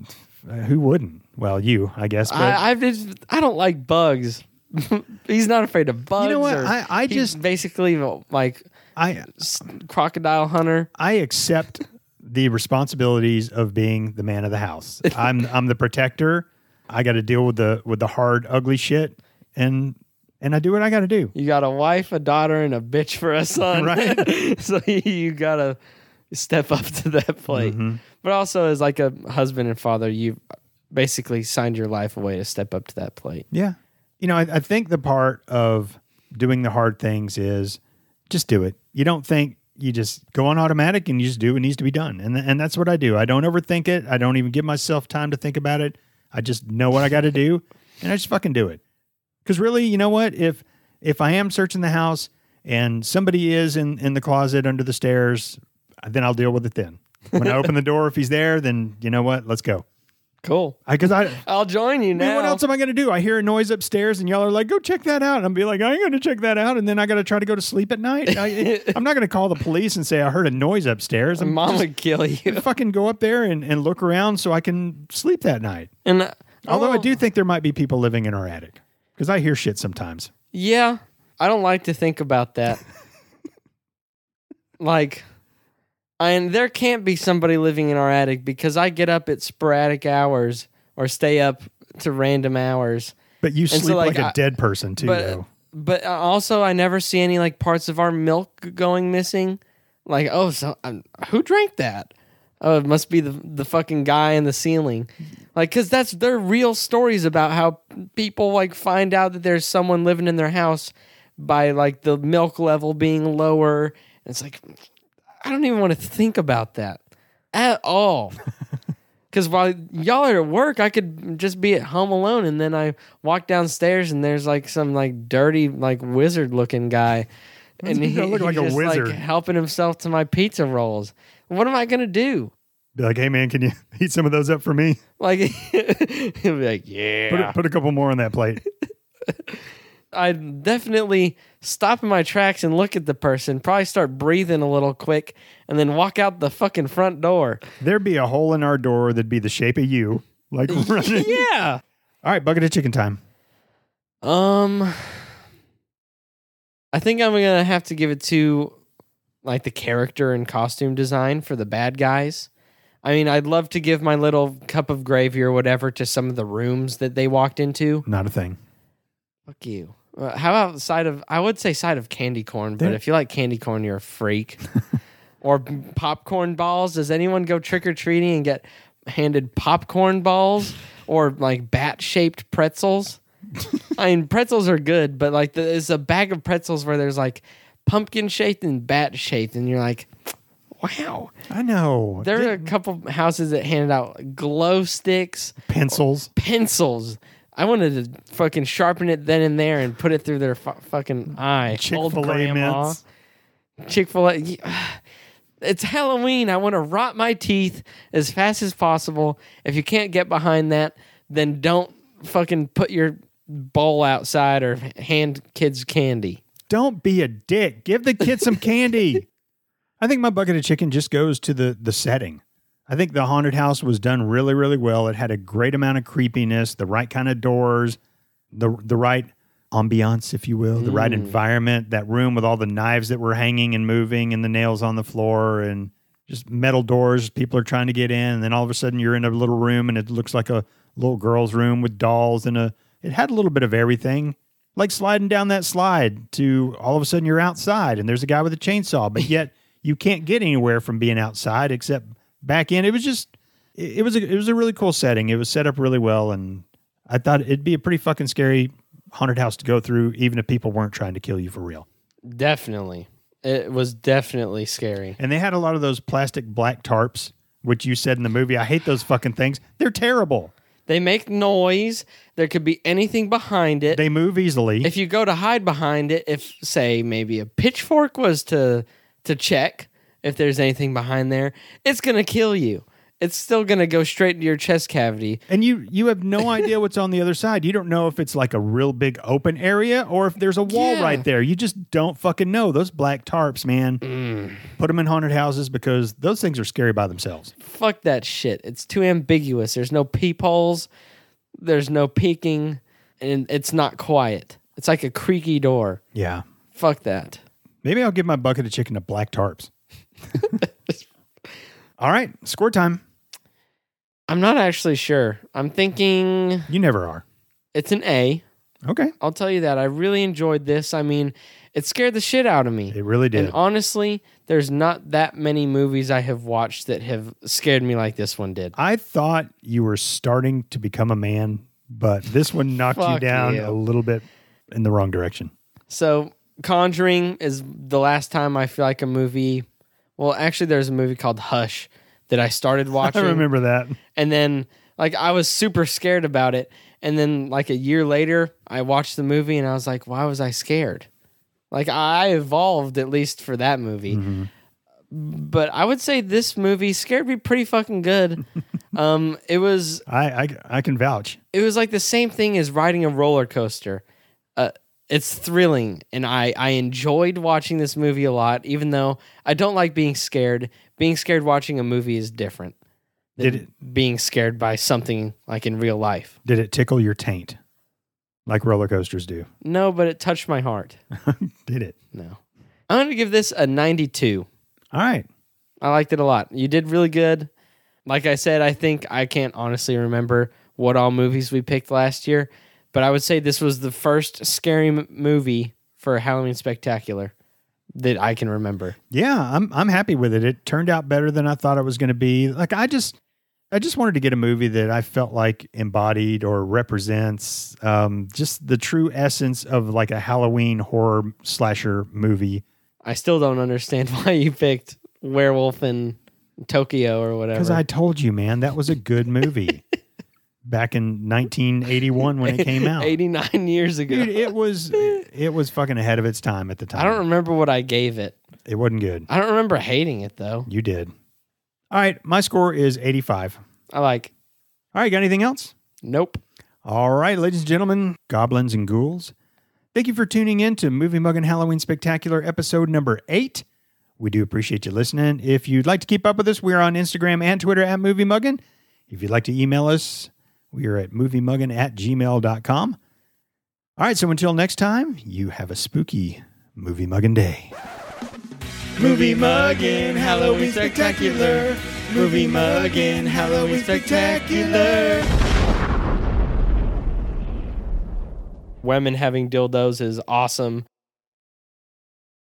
[SPEAKER 1] uh, who wouldn't? Well, you, I guess. But
[SPEAKER 2] I, I've just, I don't like bugs. (laughs) He's not afraid of bugs.
[SPEAKER 1] what?
[SPEAKER 2] or-
[SPEAKER 1] I- I
[SPEAKER 2] he's
[SPEAKER 1] just-
[SPEAKER 2] basically like
[SPEAKER 1] I
[SPEAKER 2] s- crocodile hunter.
[SPEAKER 1] I accept the responsibilities of being the man of the house. I'm I'm the protector. I got to deal with the with the hard, ugly shit, and and I do what I got to do.
[SPEAKER 2] You got a wife, a daughter, and a bitch for (laughs) a son.
[SPEAKER 1] Right.
[SPEAKER 2] (laughs) so you gotta step up to that plate. But also, as like a husband and father, you basically signed your life away to step up to that plate.
[SPEAKER 1] Yeah, you know, I, I think the part of doing the hard things is just do it. You don't think you just go on automatic and you just do what needs to be done, and and that's what I do. I don't overthink it. I don't even give myself time to think about it. I just know what I got to do, and I just fucking do it. Because really, you know what? If if I am searching the house and somebody is in in the closet under the stairs, then I'll deal with it then. When I open the door, if he's there, then you know what? Let's go.
[SPEAKER 2] Cool.
[SPEAKER 1] Because I, 'cause I
[SPEAKER 2] I'll join you
[SPEAKER 1] I
[SPEAKER 2] now.
[SPEAKER 1] mean, what else am I going to do? I hear a noise upstairs, and y'all are like, "Go check that out." And I'm be like, "I ain't going to check that out," and then I got to try to go to sleep at night.
[SPEAKER 2] (laughs)
[SPEAKER 1] I, I'm not going to call the police and say I heard a noise upstairs. I'm
[SPEAKER 2] Mom
[SPEAKER 1] just
[SPEAKER 2] would kill you.
[SPEAKER 1] gonna fucking go up there and, and look around so I can sleep that night.
[SPEAKER 2] And uh,
[SPEAKER 1] Although I
[SPEAKER 2] don't-
[SPEAKER 1] do think there might be people living in our attic because I hear shit sometimes.
[SPEAKER 2] Yeah, I don't like to think about that. like, and there can't be somebody living in our attic because I get up at sporadic hours or stay up to random hours.
[SPEAKER 1] But you
[SPEAKER 2] so,
[SPEAKER 1] sleep like,
[SPEAKER 2] like,
[SPEAKER 1] a
[SPEAKER 2] I-
[SPEAKER 1] dead person too.
[SPEAKER 2] but
[SPEAKER 1] though.
[SPEAKER 2] but also, I never see any like parts of our milk going missing. Like, oh, so um, who drank that? Oh, it must be the the fucking guy in the ceiling, like, cause that's their real stories about how people like find out that there's someone living in their house by like the milk level being lower. And it's like, I don't even want to think about that at
[SPEAKER 1] (laughs)
[SPEAKER 2] all. Because while y'all are at work, I could just be at home alone, and then I walk downstairs, and there's like some like dirty like wizard looking guy, and
[SPEAKER 1] You look like a
[SPEAKER 2] just,
[SPEAKER 1] wizard.
[SPEAKER 2] helping himself to my pizza rolls. What am I gonna do?
[SPEAKER 1] Be like, hey man, can you (laughs) heat some of those up for me?
[SPEAKER 2] Like (laughs) he'll be like, yeah.
[SPEAKER 1] Put a, put a couple more on that plate.
[SPEAKER 2] (laughs) I definitely stop in my tracks and look at the person. Probably start breathing a little quick, and then walk out the fucking
[SPEAKER 1] (laughs)
[SPEAKER 2] front door.
[SPEAKER 1] There'd be a hole in our door that'd be the shape of you, like running.
[SPEAKER 2] (laughs) Yeah.
[SPEAKER 1] All right, bucket of chicken time.
[SPEAKER 2] Um, I think I'm gonna have to give it to like the character and costume design for the bad guys. I mean, I'd love to give my little cup of gravy or whatever to some of the rooms that they walked into.
[SPEAKER 1] Not a thing.
[SPEAKER 2] Fuck you. Uh, How about side of? I would say side of candy corn, but
[SPEAKER 1] They're-
[SPEAKER 2] if you like candy corn, you're a freak. or popcorn balls. Does anyone go trick or treating and get handed popcorn balls or like bat shaped pretzels? I mean, pretzels are good, but like there's a bag of pretzels where there's like pumpkin shaped and bat shaped, and you're like, wow.
[SPEAKER 1] I know.
[SPEAKER 2] There are a couple houses that handed out glow sticks,
[SPEAKER 1] pencils.
[SPEAKER 2] pencils. I wanted to fucking sharpen it then and there and put it through their fu- fucking eye.
[SPEAKER 1] Chick-fil-A mints.
[SPEAKER 2] Chick Fil A. (sighs) It's Halloween. I want to rot my teeth as fast as possible. If you can't get behind that, then don't fucking put your bowl outside or hand kids candy.
[SPEAKER 1] Don't be a dick. Give the kid some candy. I think my bucket of chicken just goes to the the setting. I think the haunted house was done really, really well. It had a great amount of creepiness, the right kind of doors, the the right ambiance, if you will, the right environment. That room with all the knives that were hanging and moving, and the nails on the floor, and just metal doors. People are trying to get in, and then all of a sudden you're in a little room, and it looks like a little girl's room with dolls and a. It had a little bit of everything like sliding down that slide to all of a sudden you're outside and there's a guy with a chainsaw, but yet you can't get anywhere from being outside except back in. It was just it, it was a it was a really cool setting. It was set up really well and I thought it'd be a pretty fucking scary haunted house to go through even if people weren't trying to kill you for real.
[SPEAKER 2] Definitely. It was definitely scary.
[SPEAKER 1] And they had a lot of those plastic black tarps which you said in the movie, I hate those fucking things. They're terrible.
[SPEAKER 2] They make noise. There could be anything behind it.
[SPEAKER 1] They move easily.
[SPEAKER 2] if you go to hide behind it, if say maybe a pitchfork was to to check if there's anything behind there, it's gonna kill you. It's still gonna go straight into your chest cavity.
[SPEAKER 1] and you you have no idea what's on the other side. You don't know if it's like a real big open area or if there's a wall
[SPEAKER 2] Yeah.
[SPEAKER 1] right there. You just don't fucking know. Those black tarps, man.
[SPEAKER 2] Mm.
[SPEAKER 1] Put them in haunted houses because those things are scary by themselves.
[SPEAKER 2] Fuck that shit. It's too ambiguous. There's no peepholes. There's no peeking, and it's not quiet. It's like a creaky door.
[SPEAKER 1] Yeah.
[SPEAKER 2] Fuck that.
[SPEAKER 1] Maybe I'll give my bucket of chicken to black tarps. All right, score time.
[SPEAKER 2] I'm not actually sure. I'm thinking
[SPEAKER 1] You never are.
[SPEAKER 2] it's an A.
[SPEAKER 1] Okay.
[SPEAKER 2] I'll tell you that. I really enjoyed this. I mean, it scared the shit out of me.
[SPEAKER 1] It really did.
[SPEAKER 2] And honestly, there's not that many movies I have watched that have scared me like this one did.
[SPEAKER 1] I thought you were starting to become a man, but this one knocked you
[SPEAKER 2] Fuck
[SPEAKER 1] down
[SPEAKER 2] you.
[SPEAKER 1] a little bit in the wrong direction.
[SPEAKER 2] So, Conjuring is the last time I feel like a movie. Well, actually, there's a movie called Hush that I started
[SPEAKER 1] (laughs) I
[SPEAKER 2] watching.
[SPEAKER 1] remember that.
[SPEAKER 2] And then, like, I was super scared about it. And then, like, a year later, I watched the movie and I was like, why was I scared? Like, I evolved at least for that movie.
[SPEAKER 1] Mm-hmm.
[SPEAKER 2] But I would say this movie scared me pretty
[SPEAKER 1] (laughs)
[SPEAKER 2] fucking good. um, it was
[SPEAKER 1] I I, I can vouch.
[SPEAKER 2] it was like the same thing as riding a roller coaster. Uh, it's thrilling, and I I enjoyed watching this movie a lot. Even though I don't like being scared, being scared watching a movie is different than
[SPEAKER 1] Did
[SPEAKER 2] being scared by something like in real life.
[SPEAKER 1] Did it tickle your taint like roller coasters do? (laughs)
[SPEAKER 2] No, but it touched my heart.
[SPEAKER 1] Did it?
[SPEAKER 2] No, I'm gonna give this a 92.
[SPEAKER 1] All right.
[SPEAKER 2] I liked it a lot. You did really good. Like I said, I think I can't honestly remember what all movies we picked last year, but I would say this was the first scary m- movie for Halloween Spectacular that I can remember.
[SPEAKER 1] Yeah, I'm I'm happy with it. It turned out better than I thought it was going to be. Like I just I just wanted to get a movie that I felt like embodied or represents um, just the true essence of like a Halloween horror slasher movie
[SPEAKER 2] I still don't understand (laughs) why you picked Werewolf in Tokyo or
[SPEAKER 1] because
[SPEAKER 2] whatever.
[SPEAKER 1] I told you, man, that was a good
[SPEAKER 2] (laughs)
[SPEAKER 1] movie back in 1981 when it
[SPEAKER 2] (laughs)
[SPEAKER 1] came out.
[SPEAKER 2] 89 years ago.
[SPEAKER 1] Dude, it was it was fucking ahead of its time at the time.
[SPEAKER 2] I don't remember what I gave it.
[SPEAKER 1] It wasn't good.
[SPEAKER 2] I don't remember hating it though.
[SPEAKER 1] You did. All right, my score is 85.
[SPEAKER 2] I like,
[SPEAKER 1] All right, got anything else?
[SPEAKER 2] nope.
[SPEAKER 1] All right, ladies and gentlemen, goblins and ghouls, thank you for tuning in to Movie Mug and Halloween Spectacular episode number eight. We do appreciate you listening. If you'd like to keep up with us, we're on Instagram and Twitter at Movie Muggin. If you'd like to email us, we are at moviemuggin at gmail.com. All right, so until next time, you have a spooky Movie Muggin' Day.
[SPEAKER 4] Movie muggin' Halloween spectacular. Movie muggin' Halloween spectacular.
[SPEAKER 2] Women having dildos is awesome.